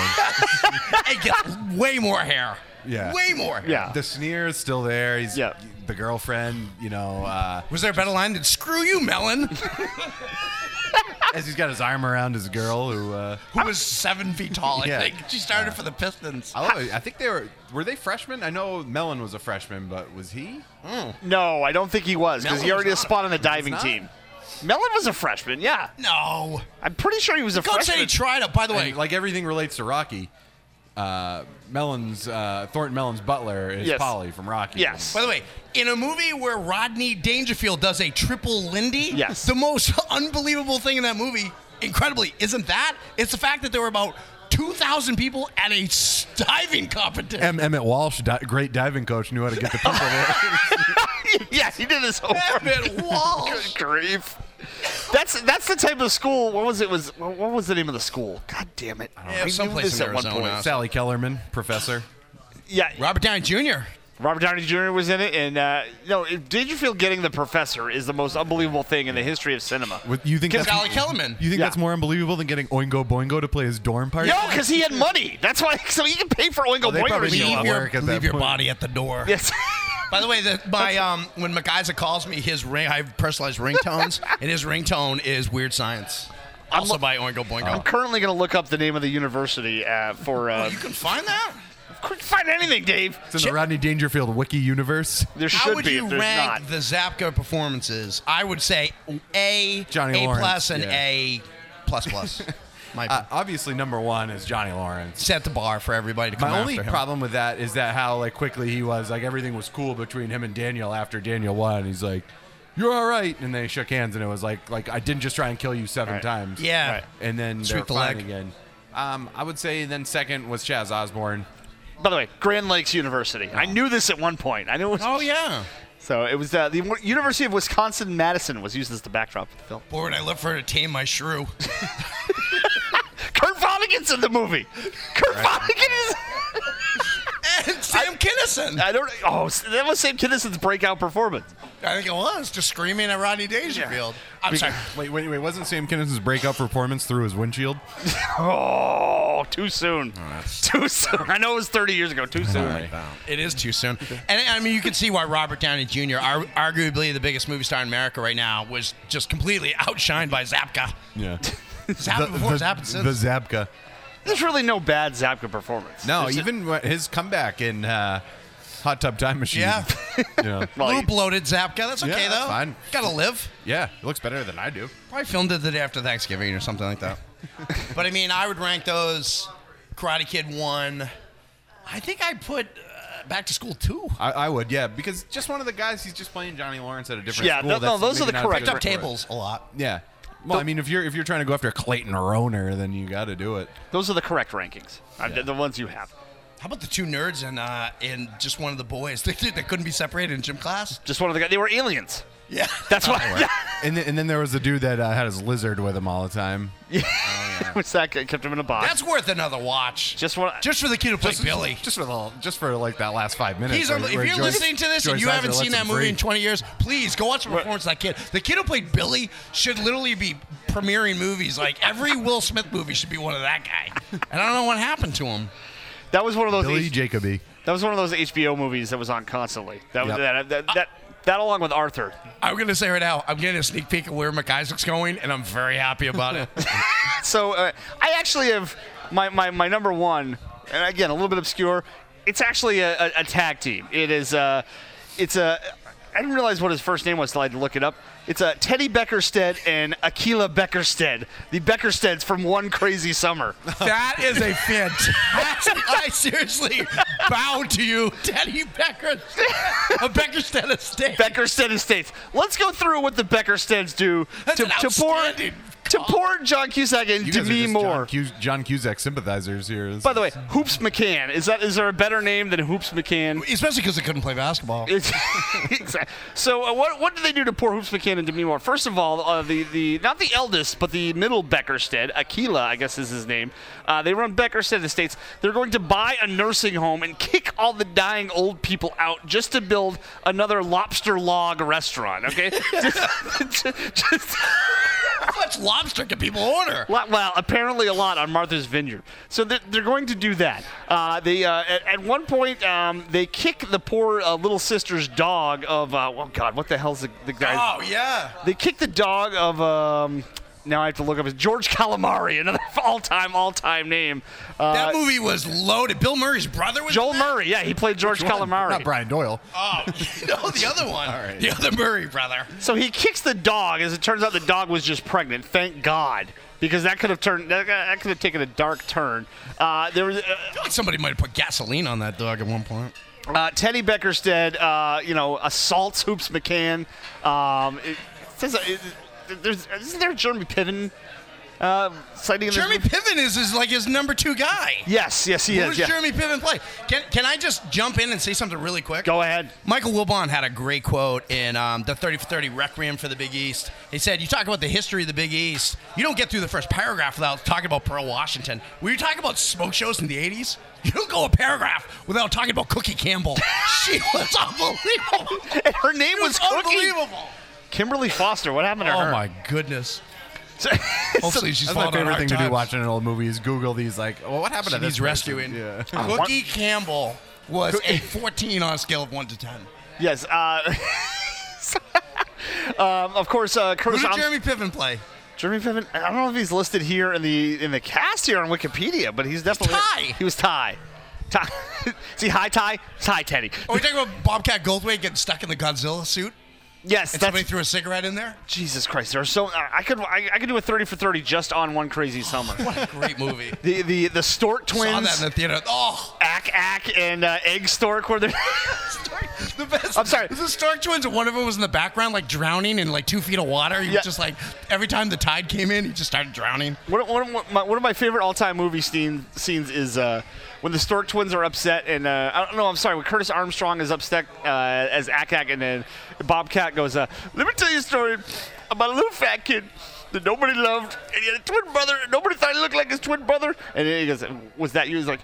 [SPEAKER 8] It gets way more hair.
[SPEAKER 9] Yeah.
[SPEAKER 8] Way more.
[SPEAKER 7] [LAUGHS]
[SPEAKER 8] hair.
[SPEAKER 7] Yeah.
[SPEAKER 9] the sneer is still there. He's
[SPEAKER 7] Yeah.
[SPEAKER 9] the girlfriend. You know, uh,
[SPEAKER 8] Was there a better line than "Screw you, Melon"?
[SPEAKER 9] as he's got his arm around his girl, who uh,
[SPEAKER 8] Who was seven feet tall? I
[SPEAKER 9] Yeah.
[SPEAKER 8] think she started for the Pistons.
[SPEAKER 9] I, love it. I think they were were they freshmen. I know Melon was a freshman, but was he?
[SPEAKER 7] no, I don't think he was because he
[SPEAKER 8] Mellon
[SPEAKER 7] already
[SPEAKER 8] was
[SPEAKER 7] had a spot on the diving
[SPEAKER 9] not.
[SPEAKER 7] team. Mellon was a freshman. Yeah,
[SPEAKER 8] No.
[SPEAKER 7] I'm pretty sure he was a
[SPEAKER 8] Coach said he
[SPEAKER 7] freshman.
[SPEAKER 8] tried it. By the way,
[SPEAKER 9] And, like everything relates to Rocky. Uh, Melon's uh, Thornton Melon's butler is
[SPEAKER 7] Yes.
[SPEAKER 9] Polly from Rocky.
[SPEAKER 7] yes.
[SPEAKER 8] By the way, in a movie where Rodney Dangerfield does a triple Lindy,
[SPEAKER 7] Yes.
[SPEAKER 8] the most [LAUGHS] unbelievable thing in that movie, incredibly, isn't that? It's the fact that there were about 2,000 people at a s- diving competition.
[SPEAKER 9] M. Emmett Walsh, di- great diving coach, knew how to get the people [LAUGHS] there.
[SPEAKER 7] [LAUGHS] yeah, he did his homework. [LAUGHS]
[SPEAKER 8] Emmett Walsh.
[SPEAKER 7] Good grief. That's that's the type of school. What was it? Was what was the name of the school? God damn it!
[SPEAKER 8] it was
[SPEAKER 7] We knew
[SPEAKER 8] someplace
[SPEAKER 7] this
[SPEAKER 8] in
[SPEAKER 7] at one
[SPEAKER 8] Arizona.
[SPEAKER 7] point.
[SPEAKER 9] Sally Kellerman, professor.
[SPEAKER 7] Yeah,
[SPEAKER 8] Robert Downey Jr.
[SPEAKER 7] Robert Downey Jr. was in it, and uh, no, it- Dangerfield getting the professor is the most unbelievable thing in the history of cinema.
[SPEAKER 9] With, you think
[SPEAKER 8] Because
[SPEAKER 9] that's,
[SPEAKER 8] Sally Kellerman.
[SPEAKER 9] you think
[SPEAKER 7] Yeah.
[SPEAKER 9] that's more unbelievable than getting Oingo Boingo to play his dorm party?
[SPEAKER 7] No, because he had money. That's why. [LAUGHS] So he can pay for Oingo
[SPEAKER 9] Oh, they
[SPEAKER 7] Boingo.
[SPEAKER 9] probably
[SPEAKER 7] to show
[SPEAKER 9] knew
[SPEAKER 7] up.
[SPEAKER 8] Leave
[SPEAKER 9] at
[SPEAKER 8] your,
[SPEAKER 9] work at that
[SPEAKER 8] leave your
[SPEAKER 9] point.
[SPEAKER 8] body at the door.
[SPEAKER 7] [LAUGHS] Yes.
[SPEAKER 8] By the way, the, my um, when MacGyver calls me, his ring I have personalized
[SPEAKER 7] [LAUGHS]
[SPEAKER 8] ringtones, and his ringtone is Weird Science, also by Oingo Boingo.
[SPEAKER 7] I'm currently going to look up the name of the university uh, for.
[SPEAKER 8] [LAUGHS]
[SPEAKER 7] Uh, [LAUGHS]
[SPEAKER 8] you can find that.
[SPEAKER 7] couldn't find anything, Dave.
[SPEAKER 9] It's in the Rodney Dangerfield wiki universe.
[SPEAKER 7] There should
[SPEAKER 8] How would
[SPEAKER 7] be.
[SPEAKER 8] you
[SPEAKER 7] if there's
[SPEAKER 8] rank
[SPEAKER 7] not.
[SPEAKER 8] the Zapka performances? I would say A,
[SPEAKER 9] Johnny
[SPEAKER 8] A
[SPEAKER 9] Lawrence,
[SPEAKER 8] plus, and
[SPEAKER 9] yeah.
[SPEAKER 8] A plus
[SPEAKER 9] [LAUGHS]
[SPEAKER 8] plus. My
[SPEAKER 9] Uh, obviously, number one is Johnny Lawrence.
[SPEAKER 8] set the bar for everybody to come
[SPEAKER 9] My only
[SPEAKER 8] after him.
[SPEAKER 9] problem with that is that how like quickly he was like everything was cool between him and Daniel after Daniel won. He's like, "You're all right," and they shook hands, and it was like like I didn't just try and kill you seven times.
[SPEAKER 8] Yeah. Right.
[SPEAKER 9] and then they
[SPEAKER 8] Sweep
[SPEAKER 9] were
[SPEAKER 8] the
[SPEAKER 9] fine
[SPEAKER 8] leg.
[SPEAKER 9] again. Um, I would say then second was Chaz Osborne.
[SPEAKER 7] By the way, Grand Lakes University. I knew this at one point. I knew it was.
[SPEAKER 8] Oh yeah.
[SPEAKER 7] So it was uh, the Wa- University of Wisconsin Madison was used as the backdrop for the film.
[SPEAKER 8] Boy, would I love for her to tame my shrew. [LAUGHS]
[SPEAKER 7] Kurt Vonnegut's in the movie. Kurt Vonnegut is. [LAUGHS]
[SPEAKER 8] and Sam Kinison.
[SPEAKER 7] I don't. Oh, that was Sam Kinnison's breakout performance.
[SPEAKER 8] I think it was just screaming at Rodney Dangerfield. I'm sorry.
[SPEAKER 9] Wait, wait, wait! Wasn't Sam Kinnison's breakup performance through his windshield?
[SPEAKER 7] Oh, too soon. [LAUGHS] too soon. I know it was 30 years ago. Too soon.
[SPEAKER 8] It is too soon. And I mean, you can see why Robert Downey Jr., ar- arguably the biggest movie star in America right now, was just completely outshined by Zapka.
[SPEAKER 9] [LAUGHS] Yeah,
[SPEAKER 8] Zappa before
[SPEAKER 9] the,
[SPEAKER 8] Zappa
[SPEAKER 9] the
[SPEAKER 8] since.
[SPEAKER 9] Zabka.
[SPEAKER 7] There's really no bad Zapka performance.
[SPEAKER 9] No,
[SPEAKER 7] There's
[SPEAKER 9] even wh- his comeback in uh, Hot Tub Time Machine. [LAUGHS]
[SPEAKER 8] Yeah.
[SPEAKER 9] you know,
[SPEAKER 7] a- well,
[SPEAKER 8] little bloated Zapka. That's
[SPEAKER 9] Yeah,
[SPEAKER 8] okay
[SPEAKER 9] that's
[SPEAKER 8] though.
[SPEAKER 9] fine.
[SPEAKER 8] Gotta live.
[SPEAKER 9] yeah, it looks better than I do.
[SPEAKER 8] Probably filmed it the day after Thanksgiving or something like that. but I mean, I would rank those Karate Kid one. I think I put uh, Back to School two.
[SPEAKER 9] I, I would, yeah, because just one of the guys, he's just playing Johnny Lawrence at a different
[SPEAKER 7] Yeah,
[SPEAKER 9] school.
[SPEAKER 7] no, no,
[SPEAKER 9] That's
[SPEAKER 7] those are the
[SPEAKER 9] maybe not as
[SPEAKER 7] correct-
[SPEAKER 9] good
[SPEAKER 8] Picked up
[SPEAKER 9] for it.
[SPEAKER 8] tables a lot.
[SPEAKER 9] Yeah. Well, I mean, if you're if you're trying to go after Clayton Roner, then you got to do it.
[SPEAKER 7] those are the correct rankings. Uh, the- the ones you have.
[SPEAKER 8] How about the two [LAUGHS] nerds and uh, and just one of the boys that, that couldn't be separated in gym class?
[SPEAKER 7] Just one of the guys. They were aliens.
[SPEAKER 8] Yeah.
[SPEAKER 9] Oh,
[SPEAKER 7] That's why. [LAUGHS]
[SPEAKER 9] And then, and then there was the dude that uh, had his lizard with him all the time.
[SPEAKER 7] What's that? Kept him in a box.
[SPEAKER 8] That's worth another watch.
[SPEAKER 7] just what.
[SPEAKER 8] Just for the kid who played Billy.
[SPEAKER 9] Just for the just for like that last five minutes.
[SPEAKER 8] He's
[SPEAKER 9] where-
[SPEAKER 8] on, if
[SPEAKER 9] where
[SPEAKER 8] you're
[SPEAKER 9] Joyce-
[SPEAKER 8] listening to this
[SPEAKER 9] Joyce
[SPEAKER 8] and you
[SPEAKER 9] Eisner
[SPEAKER 8] haven't
[SPEAKER 9] lets
[SPEAKER 8] seen that
[SPEAKER 9] him
[SPEAKER 8] movie
[SPEAKER 9] free.
[SPEAKER 8] in 20 years, please go watch the performance of that kid. The kid who played Billy should literally be premiering movies. Like every Will Smith movie should be one of that guy. And I don't know what happened to him.
[SPEAKER 7] that was one of those.
[SPEAKER 9] Billy
[SPEAKER 7] H-
[SPEAKER 9] Jacoby.
[SPEAKER 7] that was one of those HBO movies that was on constantly. That was
[SPEAKER 9] Yep.
[SPEAKER 7] that, that, that that along with Arthur.
[SPEAKER 8] I'm gonna say right now, I'm getting a sneak peek of where McIsaac's going, and I'm very happy about it.
[SPEAKER 7] So uh, I actually have my, my, my number one, and again a little bit obscure. It's actually a, a, a tag team. It is uh, it's a. I didn't realize what his first name was until I had to look it up. It's uh, Teddy Beckerstead and Akila Beckerstead, the Beckersteads from One Crazy Summer.
[SPEAKER 8] [LAUGHS] that is a fantastic. I seriously bow to you, Teddy Becker, a Beckerstead estate.
[SPEAKER 7] Beckerstead Estates. Let's go through what the Beckersteads do
[SPEAKER 8] That's
[SPEAKER 7] to,
[SPEAKER 8] an
[SPEAKER 7] to poor
[SPEAKER 8] outstanding
[SPEAKER 7] to poor John Cusack and
[SPEAKER 9] You guys are
[SPEAKER 7] Demi
[SPEAKER 9] just John,
[SPEAKER 7] Moore.
[SPEAKER 9] Cus- John Cusack sympathizers here. This
[SPEAKER 7] By the way,
[SPEAKER 9] is-
[SPEAKER 7] Hoops McCann is that is there a better name than Hoops McCann?
[SPEAKER 8] Especially because they couldn't
[SPEAKER 7] [LAUGHS]
[SPEAKER 8] play basketball.
[SPEAKER 7] It's- exact- so uh, what what did they do to poor Hoops McCann and Demi Moore? First of all, uh, the the not the eldest, but the middle Beckerstead, Akila, I guess is his name. Uh, they run Beckerstead Estates. They're going to buy a nursing home and kick all the dying old people out just to build another lobster log restaurant. Okay, [LAUGHS] just, just- just-
[SPEAKER 8] How much lobster can people order?
[SPEAKER 7] Lot- well, apparently a lot on Martha's Vineyard. So they're, they're going to do that. Uh, they uh, at, at one point um, they kick the poor uh, little sister's dog of uh, well, God, what the hell's the, the guy?
[SPEAKER 8] Oh yeah.
[SPEAKER 7] They kicked the dog of um, now I have to look up his George Calamari, [LAUGHS] another all-time all-time name. Uh,
[SPEAKER 8] That movie was loaded. Bill Murray's brother was.
[SPEAKER 7] Joel
[SPEAKER 8] in that?
[SPEAKER 7] Murray, yeah, he played George Calamari.
[SPEAKER 9] not Brian Doyle.
[SPEAKER 8] Oh [LAUGHS] no, the other one. The other Murray brother.
[SPEAKER 7] So he kicks the dog. As it turns out, the dog was just pregnant. Thank God, because that could have turned that, that could have taken a dark turn. Uh, there was. Uh,
[SPEAKER 8] I feel like somebody might have put gasoline on that dog at one point.
[SPEAKER 7] Uh, Teddy Beckerstead, uh, you know, assaults Hoops McCann. Um, it, it says, uh, it, there's, isn't there a Jeremy Piven uh, sighting? in this
[SPEAKER 8] Jeremy
[SPEAKER 7] movie?
[SPEAKER 8] Piven is, is like his number two guy.
[SPEAKER 7] Yes, yes, he
[SPEAKER 8] Who
[SPEAKER 7] is.
[SPEAKER 8] does
[SPEAKER 7] yeah.
[SPEAKER 8] Jeremy Piven play? Can, can I just jump in and say something really quick?
[SPEAKER 7] Go ahead.
[SPEAKER 8] Michael Wilbon had a great quote in um, the 30 for 30 Requiem for the Big East. He said, You talk about the history of the Big East. You don't get through the first paragraph without talking about Pearl Washington. Were you talking about smoke shows in the 80s? You don't go a paragraph without talking about Cookie
[SPEAKER 9] [LAUGHS]
[SPEAKER 8] Campbell. she was unbelievable.
[SPEAKER 7] And her name
[SPEAKER 8] She
[SPEAKER 7] was,
[SPEAKER 8] was
[SPEAKER 7] Cookie.
[SPEAKER 8] unbelievable.
[SPEAKER 7] Kimberly Foster. What happened to her?
[SPEAKER 8] Oh my
[SPEAKER 9] [LAUGHS]
[SPEAKER 8] goodness.
[SPEAKER 7] So-
[SPEAKER 8] Hopefully she's
[SPEAKER 9] That's my
[SPEAKER 8] fallen on
[SPEAKER 9] favorite
[SPEAKER 8] hard
[SPEAKER 9] thing to do
[SPEAKER 8] times.
[SPEAKER 9] watching an old movie is Google these like, well, what happened
[SPEAKER 8] She
[SPEAKER 9] to
[SPEAKER 8] needs
[SPEAKER 9] this person?
[SPEAKER 8] rescuing.
[SPEAKER 9] Yeah. [LAUGHS]
[SPEAKER 8] Cookie Campbell was a 14 on a scale of 1 to 10.
[SPEAKER 7] yes. Uh, [LAUGHS] um, of course, uh,
[SPEAKER 8] Who
[SPEAKER 7] Curtis.
[SPEAKER 8] did
[SPEAKER 7] Arms-
[SPEAKER 8] Jeremy Piven play?
[SPEAKER 7] Jeremy Piven. I don't know if he's listed here in the in the cast here on Wikipedia, but he's definitely
[SPEAKER 8] Ty.
[SPEAKER 7] He was Ty. Ty. [LAUGHS] See, hi Ty, it's hi Teddy.
[SPEAKER 8] Are we talking about Bobcat Goldthwait getting stuck in the Godzilla suit?
[SPEAKER 7] Yes,
[SPEAKER 8] And
[SPEAKER 7] that's
[SPEAKER 8] somebody threw a cigarette in there?
[SPEAKER 7] Jesus Christ. There are so I I could I, I could do a thirty for thirty just on one crazy
[SPEAKER 8] [LAUGHS]
[SPEAKER 7] summer.
[SPEAKER 8] Great
[SPEAKER 7] [LAUGHS]
[SPEAKER 8] movie.
[SPEAKER 7] the the the Stork
[SPEAKER 8] Saw that
[SPEAKER 7] twins,
[SPEAKER 8] in the theater. Oh,
[SPEAKER 7] Ack Ack and uh, Egg Stork, [LAUGHS] where they're
[SPEAKER 8] the best.
[SPEAKER 7] I'm sorry.
[SPEAKER 8] It was the Stark twins, and one of them was in the background, like drowning in like two feet of water. He
[SPEAKER 7] Yeah.
[SPEAKER 8] was just like, every time the tide came in, he just started drowning.
[SPEAKER 7] One, of- one, of- one, of my, one of my favorite all-time movie scene, scenes is uh, when the Stork twins are upset, and uh, I don't know. I'm sorry, when Curtis Armstrong is upset uh, as Akak, and then Bobcat goes, uh, "Let me tell you a story about a little fat kid that nobody loved, and he had a twin brother. And nobody thought he looked like his twin brother." And then he goes, "Was that you?" He's like.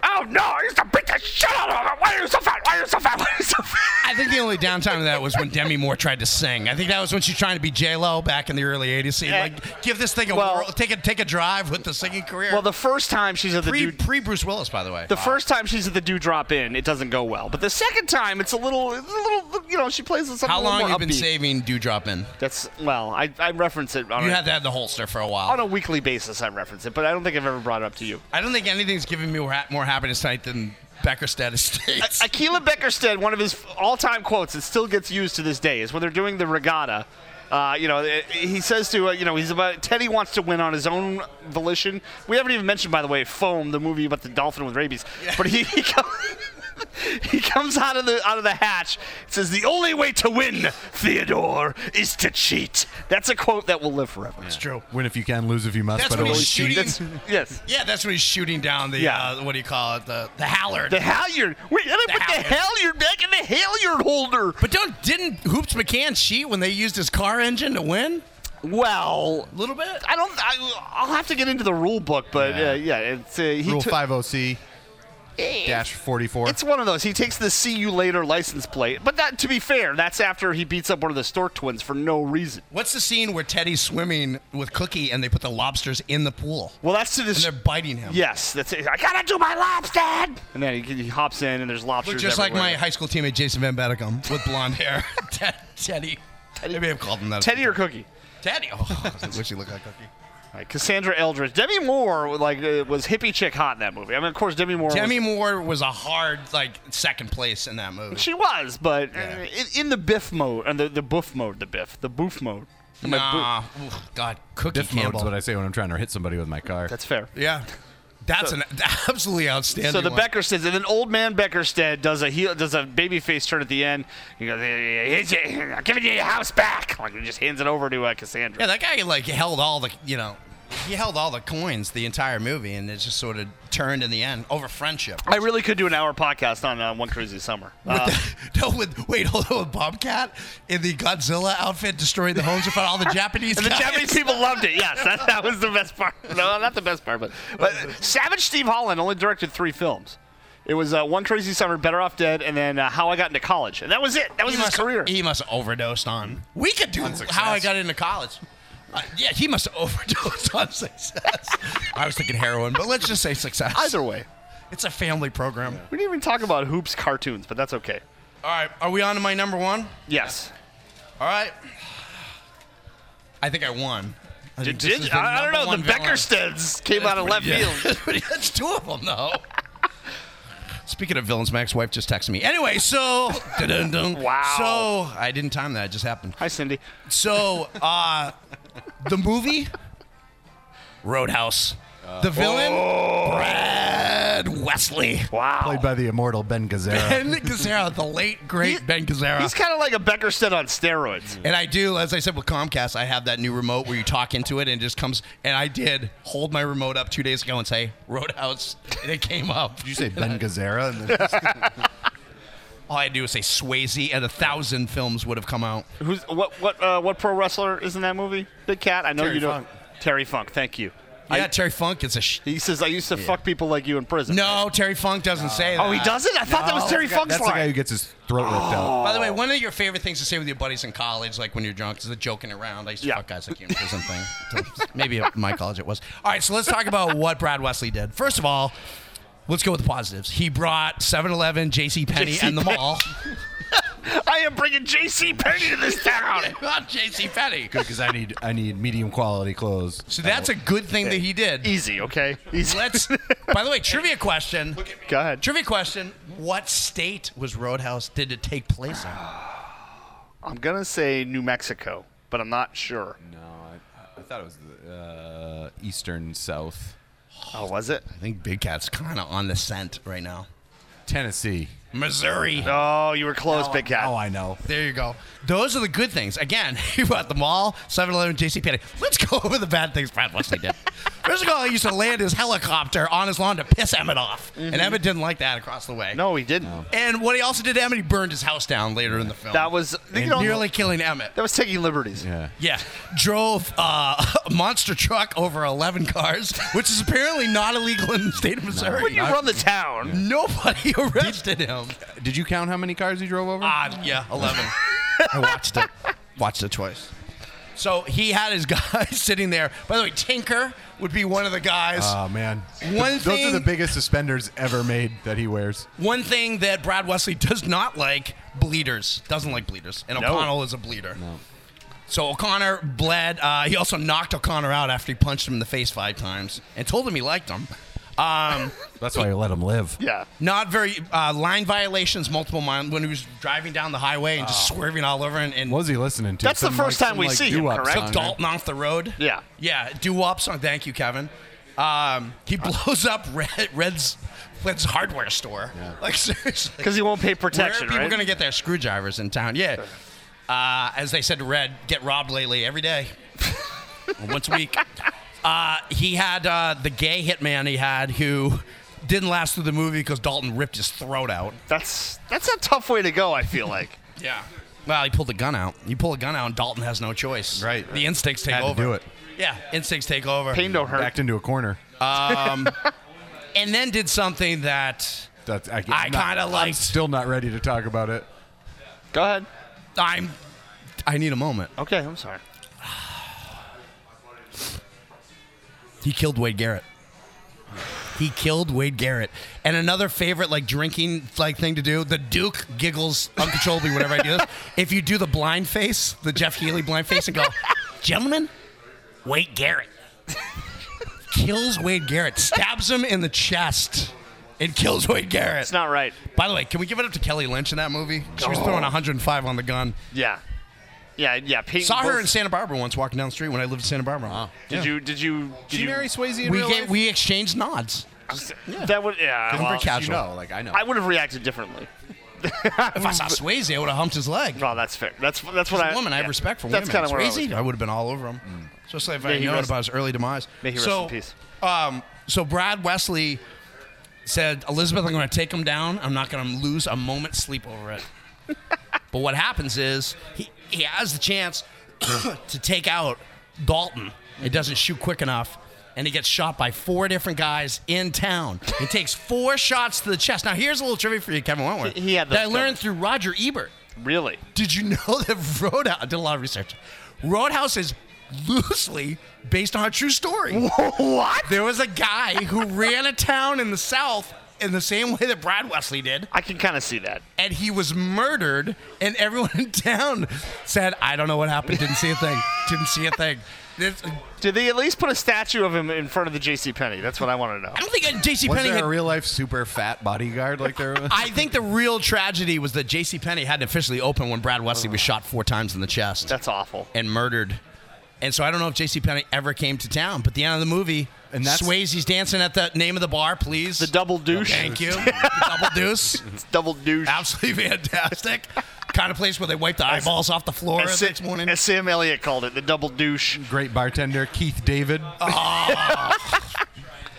[SPEAKER 7] Oh no! I used to beat the shit out of him. Why are you so fat? Why are you so fat? Why are you so fat?
[SPEAKER 8] I think the only downtime of that was when Demi Moore tried to sing. I think that was when she's trying to be J Lo back in the early '80s. So you,
[SPEAKER 7] Yeah.
[SPEAKER 8] like, give this thing a
[SPEAKER 7] Well-
[SPEAKER 8] whirl, take a take a drive with the singing career.
[SPEAKER 7] Well, the first time she's at the
[SPEAKER 8] pre
[SPEAKER 7] dude,
[SPEAKER 8] pre Bruce Willis, by the way.
[SPEAKER 7] the first time she's at the do drop in, it doesn't go well. But the second time, it's a little, it's a little, you know, she plays something.
[SPEAKER 8] How
[SPEAKER 7] a little
[SPEAKER 8] long
[SPEAKER 7] more
[SPEAKER 8] have you been
[SPEAKER 7] upbeat.
[SPEAKER 8] saving Dewdrop in?
[SPEAKER 7] That's well, I, I reference it on,
[SPEAKER 8] You
[SPEAKER 7] a,
[SPEAKER 8] had that in the holster for a
[SPEAKER 7] on
[SPEAKER 8] while.
[SPEAKER 7] a weekly basis. I reference it, but I don't think I've ever brought it up to you.
[SPEAKER 8] I don't think anything's giving me more ha- more happiness tonight than Beckerstead [LAUGHS] Estates.
[SPEAKER 7] Akila Beckerstead, one of his all-time quotes that still gets used to this day, is when they're doing the regatta. Uh, you know, it- he says to uh, you know he's about Teddy wants to win on his own volition. We haven't even mentioned, by the way, Foam, the movie about the dolphin with rabies. But he, [LAUGHS] he goes, he comes out of the out of the hatch. Says the only way to win, Theodore, is to cheat. That's a quote that will live forever. It's true.
[SPEAKER 9] Win if you can, lose if you must.
[SPEAKER 8] That's
[SPEAKER 9] but
[SPEAKER 8] what he's
[SPEAKER 9] always
[SPEAKER 8] shooting.
[SPEAKER 9] cheat.
[SPEAKER 7] That's yes.
[SPEAKER 8] Yeah, that's when he's shooting down the
[SPEAKER 7] Yeah.
[SPEAKER 8] uh, what do you call it? The the Hallard.
[SPEAKER 7] The halyard. We gotta put the
[SPEAKER 8] halyard.
[SPEAKER 7] halyard back in the halyard holder.
[SPEAKER 8] but don't didn't Hoops McCann cheat when they used his car engine to win?
[SPEAKER 7] Well,
[SPEAKER 8] A little bit.
[SPEAKER 7] I don't. I, I'll have to get into the rule book, but yeah,
[SPEAKER 9] Yeah.
[SPEAKER 7] uh, yeah it's uh, he
[SPEAKER 9] Rule
[SPEAKER 7] took-
[SPEAKER 9] 50C dash 44.
[SPEAKER 7] It's one of those. He takes the "see you later" license plate, but that, to be fair, that's after he beats up one of the Stork twins for no reason.
[SPEAKER 8] What's the scene where Teddy's swimming with Cookie and they put the lobsters in the pool
[SPEAKER 7] Well, that's to
[SPEAKER 8] and
[SPEAKER 7] this.
[SPEAKER 8] they're biting him?
[SPEAKER 7] Yes, that's it. I gotta do my lobster, and then he, he hops in, and there's lobsters.
[SPEAKER 8] Look just like my
[SPEAKER 7] everywhere.
[SPEAKER 8] high school teammate Jason Van Bedicum with blonde hair. [LAUGHS] Ted, Teddy. Teddy. Maybe I've called him that.
[SPEAKER 7] Teddy or Cookie.
[SPEAKER 8] Teddy. Oh, [LAUGHS] I wish he looked like Cookie.
[SPEAKER 7] Like Cassandra Eldridge, Demi Moore, like uh, was hippie chick hot in that movie. I mean, of course, Demi Moore.
[SPEAKER 8] Demi
[SPEAKER 7] was,
[SPEAKER 8] Moore was a hard like second place in that movie.
[SPEAKER 7] she was, but uh,
[SPEAKER 8] Yeah.
[SPEAKER 7] in, in the Biff mode and the the Boof mode, the Biff, the Boof mode. I'm like, boo-
[SPEAKER 8] Nah, Ooh, God, Cookie
[SPEAKER 9] Diff mode's
[SPEAKER 8] Campbell.
[SPEAKER 9] what I say when I'm trying to hit somebody with my car.
[SPEAKER 7] that's fair.
[SPEAKER 8] yeah, that's an [LAUGHS] absolutely outstanding.
[SPEAKER 7] So the
[SPEAKER 8] one.
[SPEAKER 7] Beckersteads, and then old man Beckerstead does a heel, does a babyface turn at the end. He goes, "Eh, here's your- "I'm giving you your house back." [LAUGHS] Like he just hands it over to uh, Cassandra.
[SPEAKER 8] Yeah, that guy like held all the you know, he held all the coins the entire movie, and it just sort of turned in the end over friendship. [LAUGHS]
[SPEAKER 7] I really could do an hour podcast on uh, One Crazy Summer. Uh,
[SPEAKER 8] no, with wait, hold on, with Bobcat in the Godzilla outfit destroyed the homes in front of all the
[SPEAKER 7] [LAUGHS]
[SPEAKER 8] Japanese.
[SPEAKER 7] and the
[SPEAKER 8] guys.
[SPEAKER 7] Japanese people loved it. Yes, that, that was the best part. [LAUGHS] No, not the best part, but, [LAUGHS] but Savage Steve Holland only directed three films. It was uh, One Crazy Summer, Better Off Dead, and then uh, How I Got into College, and that was it. That was
[SPEAKER 8] He
[SPEAKER 7] his
[SPEAKER 8] must,
[SPEAKER 7] career.
[SPEAKER 8] He must have overdosed on. We could do how I got into college. Uh, yeah, he must have [LAUGHS] overdosed on success. I was thinking heroin, but let's just say success.
[SPEAKER 7] Either way,
[SPEAKER 8] It's a family program.
[SPEAKER 7] we didn't even talk about hoops cartoons, but that's okay.
[SPEAKER 8] All right, are we on to my number one?
[SPEAKER 7] Yes.
[SPEAKER 8] All right. I think I won. I
[SPEAKER 7] Did,
[SPEAKER 8] think this
[SPEAKER 7] did-
[SPEAKER 8] is
[SPEAKER 7] I, I
[SPEAKER 8] number
[SPEAKER 7] don't know.
[SPEAKER 8] one
[SPEAKER 7] The
[SPEAKER 8] villain.
[SPEAKER 7] Beckersteads came out of left
[SPEAKER 8] Yeah.
[SPEAKER 7] field.
[SPEAKER 8] [LAUGHS] That's two of them, though. Speaking of villains, my ex-wife just texted me. Anyway, so [LAUGHS]
[SPEAKER 7] Wow.
[SPEAKER 8] So I didn't time that; it just happened.
[SPEAKER 7] Hi, Cindy.
[SPEAKER 8] So, uh, the movie Roadhouse. the villain
[SPEAKER 7] Oh.
[SPEAKER 8] Brad Wesley.
[SPEAKER 7] Wow.
[SPEAKER 9] Played by the immortal Ben Gazzara.
[SPEAKER 8] Ben Gazzara, the late great
[SPEAKER 7] He-
[SPEAKER 8] Ben Gazzara.
[SPEAKER 7] He's kind of like a Beckerstead on steroids.
[SPEAKER 8] And I do, as I said with Comcast, I have that new remote where you talk into it and it just comes. And I did hold my remote up two days ago and say Roadhouse, and it came up.
[SPEAKER 9] Did you say Ben Gazzara? And then-
[SPEAKER 8] All I had to do was say Swayze, and a thousand films would have come out.
[SPEAKER 7] Who's what? What? Uh, what pro wrestler is in that movie? Big Cat. I know
[SPEAKER 9] Terry
[SPEAKER 7] you know.
[SPEAKER 9] Funk.
[SPEAKER 7] Terry Funk. Thank you.
[SPEAKER 8] Yeah, Terry Funk is a. Sh-
[SPEAKER 7] He says I used to fuck people like you in prison.
[SPEAKER 8] no, Terry Funk doesn't say that.
[SPEAKER 7] Oh, he doesn't. I thought that was Terry Funk's
[SPEAKER 9] That's the guy
[SPEAKER 7] line.
[SPEAKER 9] who gets his throat ripped out.
[SPEAKER 8] By the way, one of your favorite things to say with your buddies in college, like when you're drunk, is the joking around. I used to
[SPEAKER 7] Yeah.
[SPEAKER 8] fuck guys like you in prison thing. [LAUGHS] So Maybe at my college it was. All right, so let's talk about what Brad Wesley did. First of all, let's go with the positives. He brought 7-Eleven, JCPenney, and the mall.
[SPEAKER 7] I am bringing J.C. Penny to this town.
[SPEAKER 8] Not JCPenney.
[SPEAKER 9] Good, [LAUGHS] because [LAUGHS] I need I need medium quality clothes.
[SPEAKER 8] So that's a good thing that he
[SPEAKER 7] [LAUGHS]
[SPEAKER 8] did.
[SPEAKER 7] Easy, okay. Easy.
[SPEAKER 8] Let's. By the way, trivia question.
[SPEAKER 7] Go ahead.
[SPEAKER 8] Trivia question: What state was Roadhouse? Did it take place in?
[SPEAKER 7] [LAUGHS] I'm gonna say New Mexico, but I'm not sure.
[SPEAKER 9] No, I, I thought it was the, uh, eastern south
[SPEAKER 7] Oh, was it?
[SPEAKER 8] I think Big Cat's kind of on the scent right now.
[SPEAKER 9] Tennessee.
[SPEAKER 8] Missouri.
[SPEAKER 7] Oh, you were close, Big Cat.
[SPEAKER 9] Oh, I know.
[SPEAKER 8] There you go. Those are the good things. Again, [LAUGHS] he brought the mall, 7 Eleven, JCPenney. Let's go over the bad things Brad
[SPEAKER 7] [LAUGHS]
[SPEAKER 8] Wesley did. First of all, he used to land his helicopter on his lawn to piss Emmett off. And Emmett didn't like that across the way.
[SPEAKER 7] Mm-hmm. no, he didn't.
[SPEAKER 8] And what he also did to Emmett, he burned his house down later in the film.
[SPEAKER 7] That was you
[SPEAKER 8] And
[SPEAKER 7] know,
[SPEAKER 8] nearly killing Emmett.
[SPEAKER 7] that was taking liberties.
[SPEAKER 9] Yeah.
[SPEAKER 8] Yeah, drove uh, [LAUGHS] a monster truck over 11 cars, which is apparently not illegal in the state of
[SPEAKER 7] When
[SPEAKER 8] Missouri.
[SPEAKER 7] you run the town,
[SPEAKER 8] Nobody [LAUGHS] arrested him.
[SPEAKER 9] Did you count how many cars you drove over?
[SPEAKER 8] Ah, yeah, 11. I watched it. Watched it twice. So he had his [LAUGHS] guys sitting there. By the way, Tinker would be one of the guys.
[SPEAKER 9] Oh man.
[SPEAKER 8] One
[SPEAKER 9] Those
[SPEAKER 8] thing-
[SPEAKER 9] are the biggest suspenders ever made that he wears.
[SPEAKER 8] one thing that Brad Wesley does not like bleeders. Doesn't like bleeders. And O'Connell is a bleeder. So O'Connor bled. Uh, he also knocked O'Connor out after he punched him in the face five times and told him he liked him. Um,
[SPEAKER 9] That's why you let him live.
[SPEAKER 7] yeah.
[SPEAKER 8] not very uh, line violations, multiple mile when he was driving down the highway and just swerving all over and, and
[SPEAKER 9] What was he listening to?
[SPEAKER 7] That's the
[SPEAKER 9] Some,
[SPEAKER 7] first
[SPEAKER 9] like,
[SPEAKER 7] time
[SPEAKER 9] some,
[SPEAKER 7] we
[SPEAKER 9] like,
[SPEAKER 7] see him,
[SPEAKER 9] doo-wop
[SPEAKER 7] correct?
[SPEAKER 9] song, right?
[SPEAKER 8] Dalton off the road.
[SPEAKER 7] Yeah.
[SPEAKER 8] Yeah, doo wop song. Oh, Thank you, Kevin. Um, he blows up Red, Red's Red's hardware store. Like seriously,
[SPEAKER 7] Because he won't pay protection,
[SPEAKER 8] Where are people
[SPEAKER 7] right?
[SPEAKER 8] gonna get their screwdrivers in town? Yeah. Uh, as they said to Red, get robbed lately every day, [LAUGHS] once a week. Uh, he had uh, the gay hitman he had who didn't last through the movie because Dalton ripped his throat out.
[SPEAKER 7] That's that's a tough way to go. I feel
[SPEAKER 8] [LAUGHS]
[SPEAKER 7] like.
[SPEAKER 8] Yeah. Well, he pulled the gun out. You pull a gun out, and Dalton has no choice.
[SPEAKER 9] Right.
[SPEAKER 8] The instincts take
[SPEAKER 9] Had to
[SPEAKER 8] over.
[SPEAKER 9] do it.
[SPEAKER 8] Yeah, instincts take over.
[SPEAKER 7] Pain don't hurt.
[SPEAKER 9] Backed into a corner.
[SPEAKER 8] And then did something that
[SPEAKER 9] That's, I,
[SPEAKER 8] I
[SPEAKER 9] not-
[SPEAKER 8] kinda
[SPEAKER 9] I'm
[SPEAKER 8] liked-
[SPEAKER 9] Still not ready to talk about it.
[SPEAKER 7] Go ahead.
[SPEAKER 8] I'm. I need a moment.
[SPEAKER 7] Okay, I'm sorry.
[SPEAKER 8] He killed Wade Garrett. He killed Wade Garrett. And another favorite like drinking like thing to do, the Duke giggles uncontrollably whenever I do this. If you do the blind face, the Jeff Healy blind face and go, "Gentlemen, Wade Garrett." kills Wade Garrett, stabs him in the chest. And kills Wade Garrett.
[SPEAKER 7] It's not right.
[SPEAKER 8] By the way, can we give it up to Kelly Lynch in that movie? She was throwing
[SPEAKER 7] Oh.
[SPEAKER 8] 105 on the gun.
[SPEAKER 7] Yeah. Yeah, yeah. Peyton
[SPEAKER 8] Saw her
[SPEAKER 7] both-
[SPEAKER 8] in Santa Barbara once walking down the street when I lived in Santa Barbara.
[SPEAKER 7] Did you? Did you? Did you?
[SPEAKER 9] Swayze
[SPEAKER 8] We, get, we exchanged nods.
[SPEAKER 7] That would. Yeah.
[SPEAKER 8] Because I'm
[SPEAKER 7] Well,
[SPEAKER 8] pretty casual.
[SPEAKER 9] You know, like I know.
[SPEAKER 7] I would have reacted differently.
[SPEAKER 8] If I saw Swayze, I would have humped his leg.
[SPEAKER 7] Well, that's fair. That's that's what I.
[SPEAKER 8] As a woman, I
[SPEAKER 7] yeah.
[SPEAKER 8] have respect for
[SPEAKER 7] That's
[SPEAKER 8] women.
[SPEAKER 7] kind of where I was Mm.
[SPEAKER 8] Swayze, I would have been all over him. Especially if
[SPEAKER 7] May
[SPEAKER 8] I
[SPEAKER 7] he
[SPEAKER 8] known
[SPEAKER 7] rest-
[SPEAKER 8] about his early demise.
[SPEAKER 7] May he rest
[SPEAKER 8] so,
[SPEAKER 7] in peace.
[SPEAKER 8] Um, so Brad Wesley said, Elizabeth, I'm going to take him down. I'm not going to lose a moment's sleep over it.
[SPEAKER 7] [LAUGHS]
[SPEAKER 8] but what happens is he, he has the chance [COUGHS] to take out Dalton. It doesn't shoot quick enough. And he gets shot by four different guys in town. He takes four shots to the chest. Now, here's a little trivia for you, Kevin Wentworth.
[SPEAKER 7] He- he had
[SPEAKER 8] that I
[SPEAKER 7] those
[SPEAKER 8] learned
[SPEAKER 7] covered.
[SPEAKER 8] through Roger Ebert.
[SPEAKER 7] Really?
[SPEAKER 8] Did you know that Roadhouse? I did a lot of research. Roadhouse is loosely based on a true story. [LAUGHS] What? There was a guy who ran a town in the South in the same way that Brad Wesley did,
[SPEAKER 7] I can kind of see that.
[SPEAKER 8] and he was murdered, and everyone in town said, "I don't know what happened. Didn't see a thing. Didn't see a thing." This-
[SPEAKER 7] Did they at least put a statue of him in front of the J.C. Penney? That's what I want to know.
[SPEAKER 8] I don't think J.C.
[SPEAKER 9] was
[SPEAKER 8] Penney.
[SPEAKER 9] there
[SPEAKER 8] Had,
[SPEAKER 9] a real life super fat bodyguard like there was?
[SPEAKER 8] [LAUGHS] I think the real tragedy was that J.C. Penney hadn't officially opened when Brad Wesley was shot four times in the chest.
[SPEAKER 7] That's
[SPEAKER 8] [LAUGHS]
[SPEAKER 7] awful.
[SPEAKER 8] and murdered. And so I don't know if J.C. Penney ever came to town, but the end of the movie,
[SPEAKER 9] And
[SPEAKER 8] and
[SPEAKER 9] that's-
[SPEAKER 8] Swayze's dancing at the name of the bar, please.
[SPEAKER 7] The double douche.
[SPEAKER 8] Thank you. The double
[SPEAKER 9] [LAUGHS]
[SPEAKER 8] deuce.
[SPEAKER 7] It's double douche.
[SPEAKER 8] Absolutely [LAUGHS] fantastic. kind of place where they wipe the eyeballs off the floor
[SPEAKER 7] As,
[SPEAKER 8] the next morning.
[SPEAKER 7] as Sam Elliott called it, the double douche.
[SPEAKER 9] Great bartender Keith David.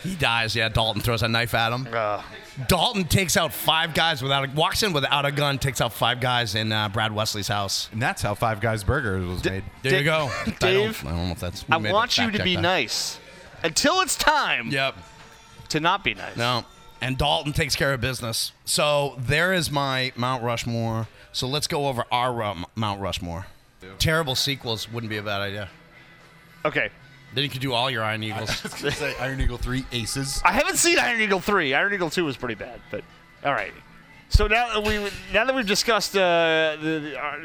[SPEAKER 8] He dies. Yeah, Dalton throws a knife at him.
[SPEAKER 7] Uh,
[SPEAKER 8] Dalton takes out five guys without a, walks in without a gun, takes out five guys in uh, Brad Wesley's house.
[SPEAKER 9] and that's how Five Guys Burger was made.
[SPEAKER 8] There you
[SPEAKER 7] Dave-
[SPEAKER 8] go. I,
[SPEAKER 7] Dave,
[SPEAKER 8] don't, I don't know if that's. we
[SPEAKER 7] I
[SPEAKER 8] made
[SPEAKER 7] want
[SPEAKER 8] that
[SPEAKER 7] you to
[SPEAKER 8] fact
[SPEAKER 7] be
[SPEAKER 8] check that.
[SPEAKER 7] nice until it's time
[SPEAKER 8] Yep.
[SPEAKER 7] to not be nice.
[SPEAKER 8] No. And Dalton takes care of business. So there is my Mount Rushmore. So let's go over our uh, M- Mount Rushmore. Terrible sequels wouldn't be a bad idea.
[SPEAKER 7] Okay.
[SPEAKER 8] Then you could do all your
[SPEAKER 7] [LAUGHS]
[SPEAKER 8] Iron Eagles.
[SPEAKER 9] Iron Eagle Three Aces.
[SPEAKER 7] I haven't seen Iron Eagle three. Iron Eagle two was pretty bad, but all right. So now that we now that we've discussed uh, the, the our,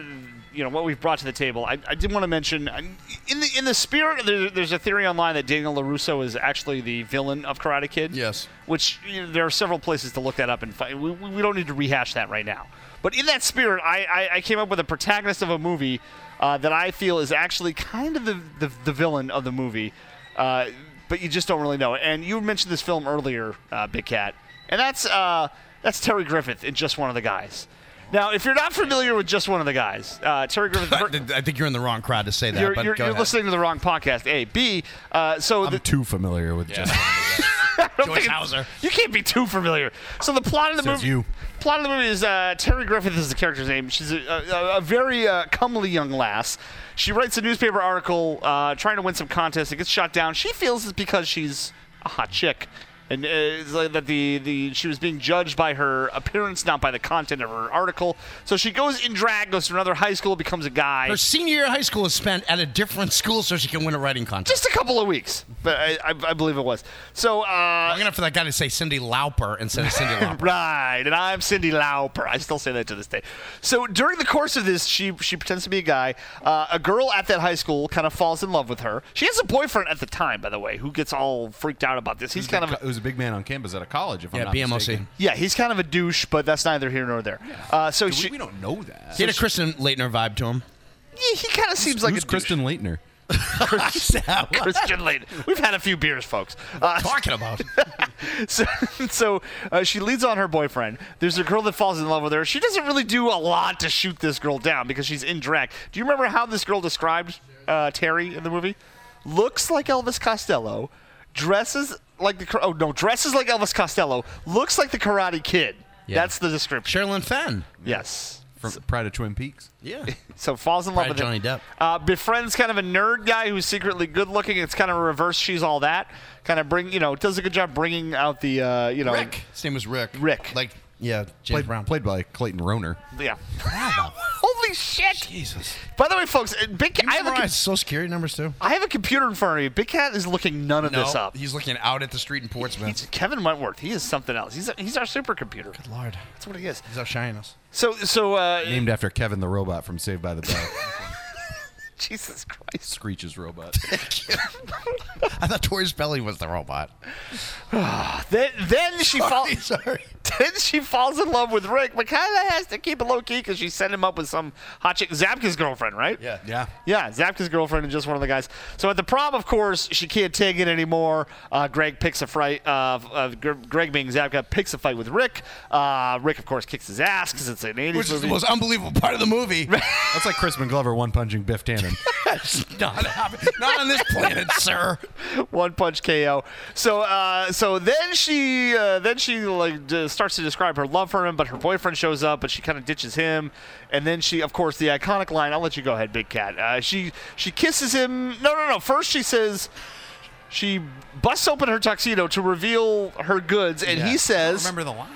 [SPEAKER 7] you know what we've brought to the table, I, I did want to mention I- in the in the spirit there, there's a theory online that Daniel Larusso is actually the villain of Karate Kid.
[SPEAKER 8] Yes.
[SPEAKER 7] Which you know, there are several places to look that up and find. We, we we don't need to rehash that right now. But in that spirit, I, I, I came up with a protagonist of a movie uh, that I feel is actually kind of the the, the villain of the movie, uh, but you just don't really know. And you mentioned this film earlier, uh, Big Cat, and that's uh, that's Terry Griffith in Just One of the Guys. Now, if you're not familiar with Just One of the Guys, uh, Terry
[SPEAKER 8] [LAUGHS] I
[SPEAKER 7] Griffith.
[SPEAKER 8] think- I think you're in the wrong crowd to say that.
[SPEAKER 7] You're,
[SPEAKER 8] but
[SPEAKER 7] you're,
[SPEAKER 8] go
[SPEAKER 7] you're
[SPEAKER 8] ahead.
[SPEAKER 7] listening to the wrong podcast. A, B. Uh, so the, [LAUGHS]
[SPEAKER 9] I'm too familiar with just
[SPEAKER 8] Joyce Hauser.
[SPEAKER 7] You can't be too familiar. So the plot of the
[SPEAKER 9] Says
[SPEAKER 7] movie.
[SPEAKER 9] you.
[SPEAKER 7] Plot of the movie is uh, Terry Griffith is the character's name. She's a, a, a very uh, comely young lass. She writes a newspaper article uh, trying to win some contest. It gets shot down. She feels it's because she's a hot chick, and uh, it's like that the, the she was being judged by her appearance, not by the content of her article. So she goes in drag, goes to another high school, becomes a guy.
[SPEAKER 8] Her senior year of high school is spent at a different school so she can win a writing contest.
[SPEAKER 7] just a couple of weeks, but I, I, I believe it was. So uh,
[SPEAKER 8] Long enough for that guy to say Cindy Lauper instead of [LAUGHS] Cindy Lauper.
[SPEAKER 7] [LAUGHS] Right, and I'm Cindy Lauper. I still say that to this day. So during the course of this, she she pretends to be a guy. Uh, a girl at that high school kind of falls in love with her. She has a boyfriend at the time, by the way, who gets all freaked out about this. He's kind of
[SPEAKER 9] it was a big man on campus at a college. If I'm
[SPEAKER 8] yeah,
[SPEAKER 9] not
[SPEAKER 8] BMOC.
[SPEAKER 9] mistaken.
[SPEAKER 7] yeah, he's kind of a douche, but that's neither here nor there. Uh, so
[SPEAKER 9] Dude,
[SPEAKER 7] she,
[SPEAKER 9] we, we don't know that.
[SPEAKER 8] [LAUGHS] He had a Kristen Leitner vibe to him.
[SPEAKER 7] he, he kind of seems like
[SPEAKER 9] Who's
[SPEAKER 7] a douche. [LAUGHS]
[SPEAKER 9] Kristen Leitner?
[SPEAKER 7] Christian Lane. We've had a few beers, folks. Uh,
[SPEAKER 8] Talking [LAUGHS] about.
[SPEAKER 7] so [LAUGHS] so uh, she leads on her boyfriend. There's a girl that falls in love with her. She doesn't really do a lot to shoot this girl down because she's in drag. Do you remember how this girl described uh, Terry in the movie? Looks like Elvis Costello, dresses like the Kar- oh no, dresses like Elvis Costello, looks like the Karate Kid.
[SPEAKER 8] Yeah.
[SPEAKER 7] That's the description.
[SPEAKER 8] Sherilyn Fenn.
[SPEAKER 7] Yes.
[SPEAKER 9] From Pride of Twin Peaks.
[SPEAKER 8] Yeah.
[SPEAKER 7] So falls in love
[SPEAKER 8] Pride
[SPEAKER 7] with
[SPEAKER 8] Johnny
[SPEAKER 7] him.
[SPEAKER 8] Depp.
[SPEAKER 7] Uh, befriends kind of a nerd guy who's secretly good looking. It's kind of a reverse. She's all that. Kind of bring you know does a good job bringing out the uh, you know
[SPEAKER 8] Rick. His name was Um, Rick.
[SPEAKER 7] Rick.
[SPEAKER 8] Like, yeah, James
[SPEAKER 9] Played,
[SPEAKER 8] Brown.
[SPEAKER 9] played by Clayton Roner.
[SPEAKER 7] yeah. [LAUGHS] Holy shit!
[SPEAKER 8] Jesus.
[SPEAKER 7] By the way, folks, uh, Big Cat,
[SPEAKER 8] You
[SPEAKER 7] I have, a, com-
[SPEAKER 8] memorize social security numbers too?
[SPEAKER 7] I have a computer in front of me. Big Cat is looking none of this up.
[SPEAKER 8] He's looking out at the street in
[SPEAKER 7] He's
[SPEAKER 8] Portsmouth.
[SPEAKER 7] Kevin Wentworth. He is something else. He's a, he's our supercomputer.
[SPEAKER 8] [LAUGHS] Lord.
[SPEAKER 7] That's what he is.
[SPEAKER 8] He's outshining us.
[SPEAKER 7] So so uh,
[SPEAKER 9] Named after Kevin the Robot from Saved by the Bell.
[SPEAKER 7] Jesus Christ.
[SPEAKER 9] Screech's robot.
[SPEAKER 8] I thought Tori Spelling was the robot.
[SPEAKER 7] Then then she
[SPEAKER 8] Sorry,
[SPEAKER 7] falls.
[SPEAKER 8] [LAUGHS] sorry.
[SPEAKER 7] Then she falls in love with Rick, but kind of has to keep it low key because she sent him up with some hot chick, Zabka's girlfriend, right?
[SPEAKER 8] Yeah.
[SPEAKER 9] yeah.
[SPEAKER 7] Yeah, Zapka's girlfriend and just one of the guys. So at the prom, of course, she can't take it anymore. Uh, Greg picks a fight. Uh, uh, Gr- Greg being Zapka picks a fight with Rick. Uh, Rick, of course, kicks his ass because it's an '80s
[SPEAKER 8] Which is the
[SPEAKER 7] movie.
[SPEAKER 8] most unbelievable part of the movie.
[SPEAKER 9] That's like Crispin Glover one punching Biff [LAUGHS] Tannen.
[SPEAKER 8] That's not [LAUGHS] happening. Not on this planet, sir.
[SPEAKER 7] one punch KO. So uh, so then she uh, then she like d- starts to describe her love for him, but her boyfriend shows up, but she kind of ditches him, and then she of course the iconic line. I'll let you go ahead, Big Cat. Uh, she she kisses him. No no no. First she says. She busts open her tuxedo to reveal her goods, and
[SPEAKER 8] Yeah.
[SPEAKER 7] he says,
[SPEAKER 9] Remember the line?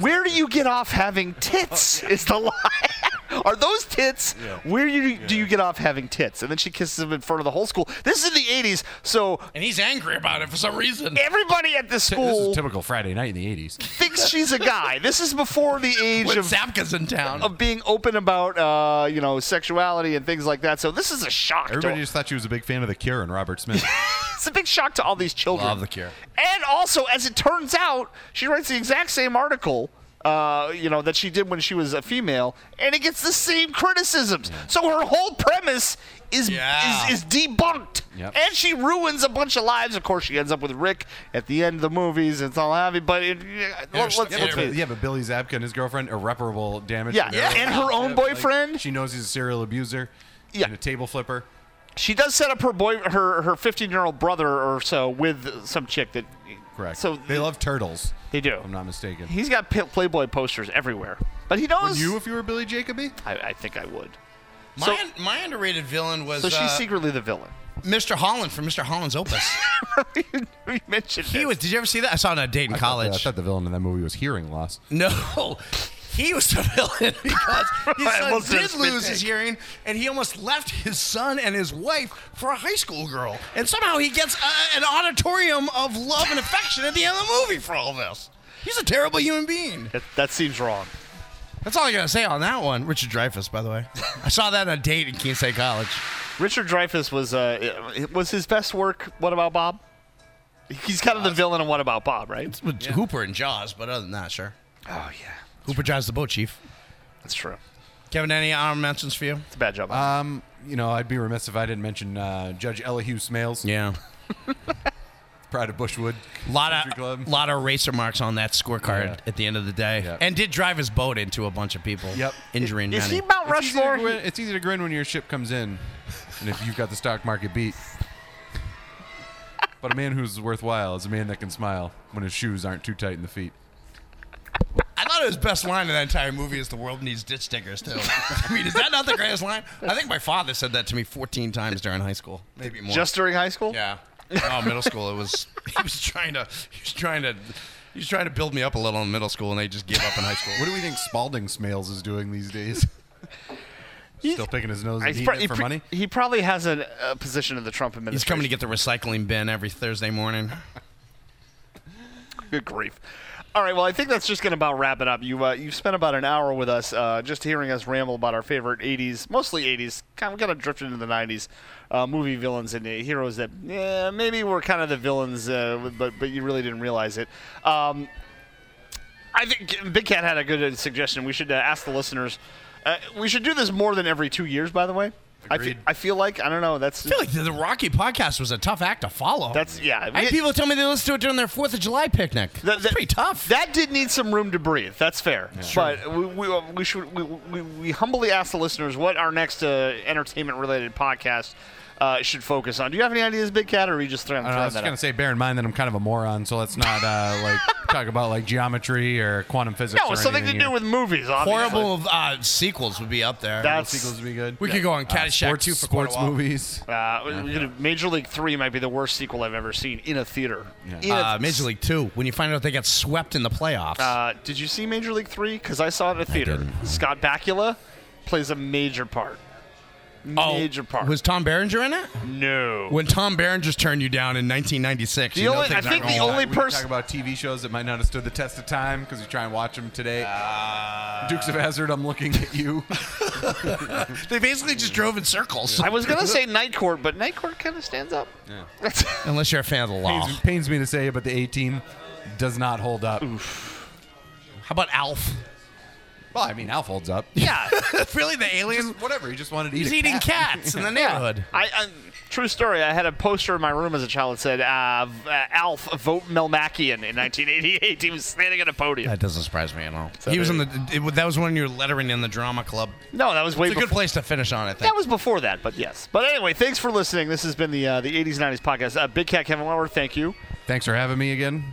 [SPEAKER 7] "Where do you get off having tits?" [LAUGHS] Is the line? Are those tits? Where you, do you get off having tits? And then she kisses him in front of the whole school. This is in the '80s, so
[SPEAKER 8] And he's angry about it for some reason.
[SPEAKER 7] everybody at this
[SPEAKER 9] This
[SPEAKER 7] school
[SPEAKER 9] is typical Friday night in the
[SPEAKER 7] [LAUGHS]
[SPEAKER 9] 80s.
[SPEAKER 7] thinks she's a guy. This is before the age
[SPEAKER 8] When
[SPEAKER 7] of,
[SPEAKER 8] Zapka's in town.
[SPEAKER 7] of being open about uh, you know sexuality and things like that. So this is a shock. To,
[SPEAKER 9] Everybody just thought she was a big fan of The Cure and Robert Smith.
[SPEAKER 7] [LAUGHS] it's a big shock to all these children.
[SPEAKER 8] Love The Cure.
[SPEAKER 7] And also, as it turns out, she writes the exact same article. Uh, you know that she did when she was a female, and it gets the same criticisms. So her whole premise is
[SPEAKER 8] Yeah.
[SPEAKER 7] is, is debunked,
[SPEAKER 9] Yep.
[SPEAKER 7] and she ruins a bunch of lives. Of course, she ends up with Rick at the end of the movies. It's all happy, but it, let's, let's,
[SPEAKER 8] Yeah,
[SPEAKER 7] let's
[SPEAKER 8] but-
[SPEAKER 7] face it.
[SPEAKER 9] yeah, but Billy Zabka and his girlfriend, irreparable damage.
[SPEAKER 7] Yeah,
[SPEAKER 9] to their
[SPEAKER 7] and her own
[SPEAKER 9] relationship.
[SPEAKER 7] boyfriend?
[SPEAKER 9] Like, she knows he's a serial abuser
[SPEAKER 7] Yeah.
[SPEAKER 9] and a table flipper.
[SPEAKER 7] she does set up her boy her her 15 year old brother or so with some chick that
[SPEAKER 9] Correct.
[SPEAKER 7] so
[SPEAKER 9] they love turtles.
[SPEAKER 7] they do
[SPEAKER 9] I'm not mistaken.
[SPEAKER 7] he's got pl- playboy posters everywhere but he knows
[SPEAKER 9] you if you were Billy Jacoby?
[SPEAKER 7] I, I think i would
[SPEAKER 8] my,
[SPEAKER 7] so-
[SPEAKER 8] my underrated villain was
[SPEAKER 7] so she's
[SPEAKER 8] uh,
[SPEAKER 7] secretly the villain
[SPEAKER 8] Mr. Holland from Mr. Holland's Opus.
[SPEAKER 7] we mentioned
[SPEAKER 8] he
[SPEAKER 7] it.
[SPEAKER 8] was. Did you ever see that? I saw it on a date in
[SPEAKER 9] Yeah, I
[SPEAKER 8] college.
[SPEAKER 9] thought the villain in that movie was hearing loss.
[SPEAKER 8] No, he was the villain [LAUGHS] because his
[SPEAKER 7] I
[SPEAKER 8] son
[SPEAKER 7] almost said
[SPEAKER 8] did
[SPEAKER 7] spit
[SPEAKER 8] lose his
[SPEAKER 7] take.
[SPEAKER 8] hearing, and he almost left his son and his wife for a high school girl, and somehow he gets uh an auditorium of love and affection at the end of the movie for all this. He's a terrible human being.
[SPEAKER 7] that, that seems wrong
[SPEAKER 8] That's all I gotta say on that one. Richard Dreyfuss, by the way, I saw that on a date in Keene State College.
[SPEAKER 7] richard dreyfuss was uh it- was his best work what about bob he's kind of the villain in what about bob right
[SPEAKER 8] With Hooper and Jaws, but other than that, sure.
[SPEAKER 7] oh yeah
[SPEAKER 8] Hooper drives the boat, Chief.
[SPEAKER 7] that's true
[SPEAKER 8] Kevin, any honorable mentions for you?
[SPEAKER 7] it's a bad job
[SPEAKER 9] Um, you know, I'd be remiss if I didn't mention uh, Judge Elihu Smales,
[SPEAKER 8] Yeah,
[SPEAKER 9] Pride of Bushwood.
[SPEAKER 8] lot
[SPEAKER 9] Country Club.
[SPEAKER 8] of lot of eraser marks on that scorecard
[SPEAKER 9] Yeah.
[SPEAKER 8] at the end of the day,
[SPEAKER 9] Yeah.
[SPEAKER 8] and did drive his boat into a bunch of people,
[SPEAKER 9] Yep.
[SPEAKER 8] injuring
[SPEAKER 7] is
[SPEAKER 8] many.
[SPEAKER 7] he mount
[SPEAKER 9] It's easy, to
[SPEAKER 7] rushmore
[SPEAKER 9] grin, it's easy to grin when your ship comes in, and if you've got the stock market beat. But a man who's worthwhile is a man that can smile when his shoes aren't too tight in the feet.
[SPEAKER 8] I thought his best line in that entire movie is "The world needs ditch diggers." Too. [LAUGHS] I mean, is that not the greatest line? I think my father said that to me 14 times during high school, maybe more.
[SPEAKER 7] just during high school
[SPEAKER 8] yeah. Oh, middle school. It was [LAUGHS] he was trying to he was trying to he was trying to build me up a little in middle school, and they just gave up in high school.
[SPEAKER 9] What do we think Spalding Smales is doing these [LAUGHS] days? Still picking his nose and
[SPEAKER 7] He's
[SPEAKER 9] eating
[SPEAKER 7] pro-
[SPEAKER 9] it
[SPEAKER 7] he
[SPEAKER 9] for
[SPEAKER 7] pre-
[SPEAKER 9] money?
[SPEAKER 7] he probably has a, a position in the Trump administration.
[SPEAKER 8] He's coming to get the recycling bin every Thursday morning.
[SPEAKER 7] Good [LAUGHS] grief. All right, well, I think that's just going to about wrap it up. You, uh, you've spent about an hour with us uh, just hearing us ramble about our favorite 80s, mostly 80s, kind of, kind of drifted into the 90s, uh, movie villains and uh, heroes that yeah, maybe were kind of the villains, uh, but, but you really didn't realize it. Um, I think Big Cat had a good uh, suggestion. We should uh, ask the listeners. Uh, we should do this more than every two years, by the way. I feel, I feel like I don't know. That's
[SPEAKER 8] I feel like the, the Rocky podcast was a tough act to follow.
[SPEAKER 7] That's- yeah,
[SPEAKER 8] I
[SPEAKER 7] we-
[SPEAKER 8] had people tell me they listened to it during their Fourth of July picnic.
[SPEAKER 7] That-
[SPEAKER 8] That's
[SPEAKER 7] that-
[SPEAKER 8] pretty tough.
[SPEAKER 7] That did need some room to breathe. That's fair. But we, we, uh, we should we, we, we humbly ask the listeners what our next uh, entertainment related podcast uh, should focus on. Do you have any ideas, Big Cat, or are you just throwing,
[SPEAKER 9] Uh, I, don't know,
[SPEAKER 7] throwing
[SPEAKER 9] I was
[SPEAKER 7] that
[SPEAKER 9] just gonna
[SPEAKER 7] out?
[SPEAKER 9] say, bear in mind that I'm kind of a moron, so let's not uh, [LAUGHS] like talk about like geometry or quantum physics.
[SPEAKER 7] No,
[SPEAKER 9] or
[SPEAKER 7] it's something to
[SPEAKER 9] anything
[SPEAKER 7] do
[SPEAKER 9] here.
[SPEAKER 7] with movies. Obviously.
[SPEAKER 8] Horrible uh, sequels would be up there.
[SPEAKER 7] That's
[SPEAKER 9] sequels would be good.
[SPEAKER 8] we could go on
[SPEAKER 9] Uh,
[SPEAKER 8] Caddyshack
[SPEAKER 9] sports,
[SPEAKER 8] two for
[SPEAKER 9] sports
[SPEAKER 8] quite a while.
[SPEAKER 9] movies.
[SPEAKER 7] Uh, we- we could- Major League Three might be the worst sequel I've ever seen in a theater. In a-
[SPEAKER 8] Uh, Major League Two. When you find out they got swept in the playoffs.
[SPEAKER 7] Uh, did you see Major League Three? Because I saw it at a theater. Scott Bakula plays a major part. Major part.
[SPEAKER 8] Oh, Was Tom Berenger in it?
[SPEAKER 7] no.
[SPEAKER 8] When Tom Berenger's turned you down in 1996,
[SPEAKER 7] The
[SPEAKER 8] you know
[SPEAKER 7] only-
[SPEAKER 8] things
[SPEAKER 7] I think
[SPEAKER 8] aren't
[SPEAKER 7] the
[SPEAKER 8] going
[SPEAKER 7] only
[SPEAKER 9] We could talk
[SPEAKER 7] person.
[SPEAKER 9] about TV shows that might not have stood the test of time because you try and watch them today.
[SPEAKER 8] Uh.
[SPEAKER 9] Dukes of Hazard. I'm looking at
[SPEAKER 8] [LAUGHS]
[SPEAKER 9] you.
[SPEAKER 8] well. They basically just drove in circles.
[SPEAKER 7] I was gonna say Night Court, but Night Court kind of stands up. That's-
[SPEAKER 8] Unless you're a fan of the law.
[SPEAKER 9] pains, pains me to say, but the A team does not hold up.
[SPEAKER 8] How about Alf?
[SPEAKER 9] Well, I mean, Alf holds up.
[SPEAKER 7] yeah.
[SPEAKER 8] [LAUGHS] really, the aliens?
[SPEAKER 9] Whatever. He just wanted to eat.
[SPEAKER 8] He's
[SPEAKER 9] a
[SPEAKER 8] eating
[SPEAKER 9] cat.
[SPEAKER 8] cats in the neighborhood.
[SPEAKER 7] [LAUGHS] I, I true story. I had a poster in my room as a child that said uh, v- uh, "Alf vote Melmakian" in 1988. He was standing at a podium.
[SPEAKER 8] That doesn't surprise me at all. he was in the. It, that was when you were lettering in the drama club.
[SPEAKER 7] No, that was way
[SPEAKER 8] It's a
[SPEAKER 7] before.
[SPEAKER 8] good place to finish on, I think.
[SPEAKER 7] That was before that, but yes. But anyway, thanks for listening. This has been the uh, the 80s 90s podcast. Uh, Big Cat Kevin Lauer, thank you.
[SPEAKER 9] Thanks for having me again.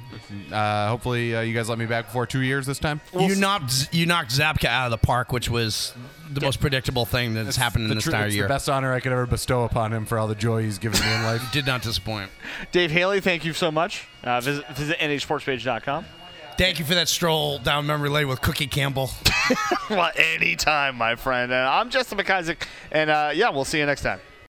[SPEAKER 9] Uh, hopefully, uh, you guys let me back before two years this time.
[SPEAKER 8] you knocked you knocked Zabka out of the park, which was the most predictable thing that's happened in
[SPEAKER 9] the
[SPEAKER 8] this
[SPEAKER 9] tru-
[SPEAKER 8] entire
[SPEAKER 9] it's
[SPEAKER 8] year.
[SPEAKER 9] the best honor I could ever bestow upon him for all the joy he's given me in life.
[SPEAKER 8] Did not disappoint.
[SPEAKER 7] Dave Haley, thank you so much. Uh, visit, visit nhsportspage.com.
[SPEAKER 8] Thank you for that stroll down memory lane with Cookie Campbell.
[SPEAKER 7] well, anytime, my friend. And I'm Justin McIsaac, and uh, yeah, we'll see you next time.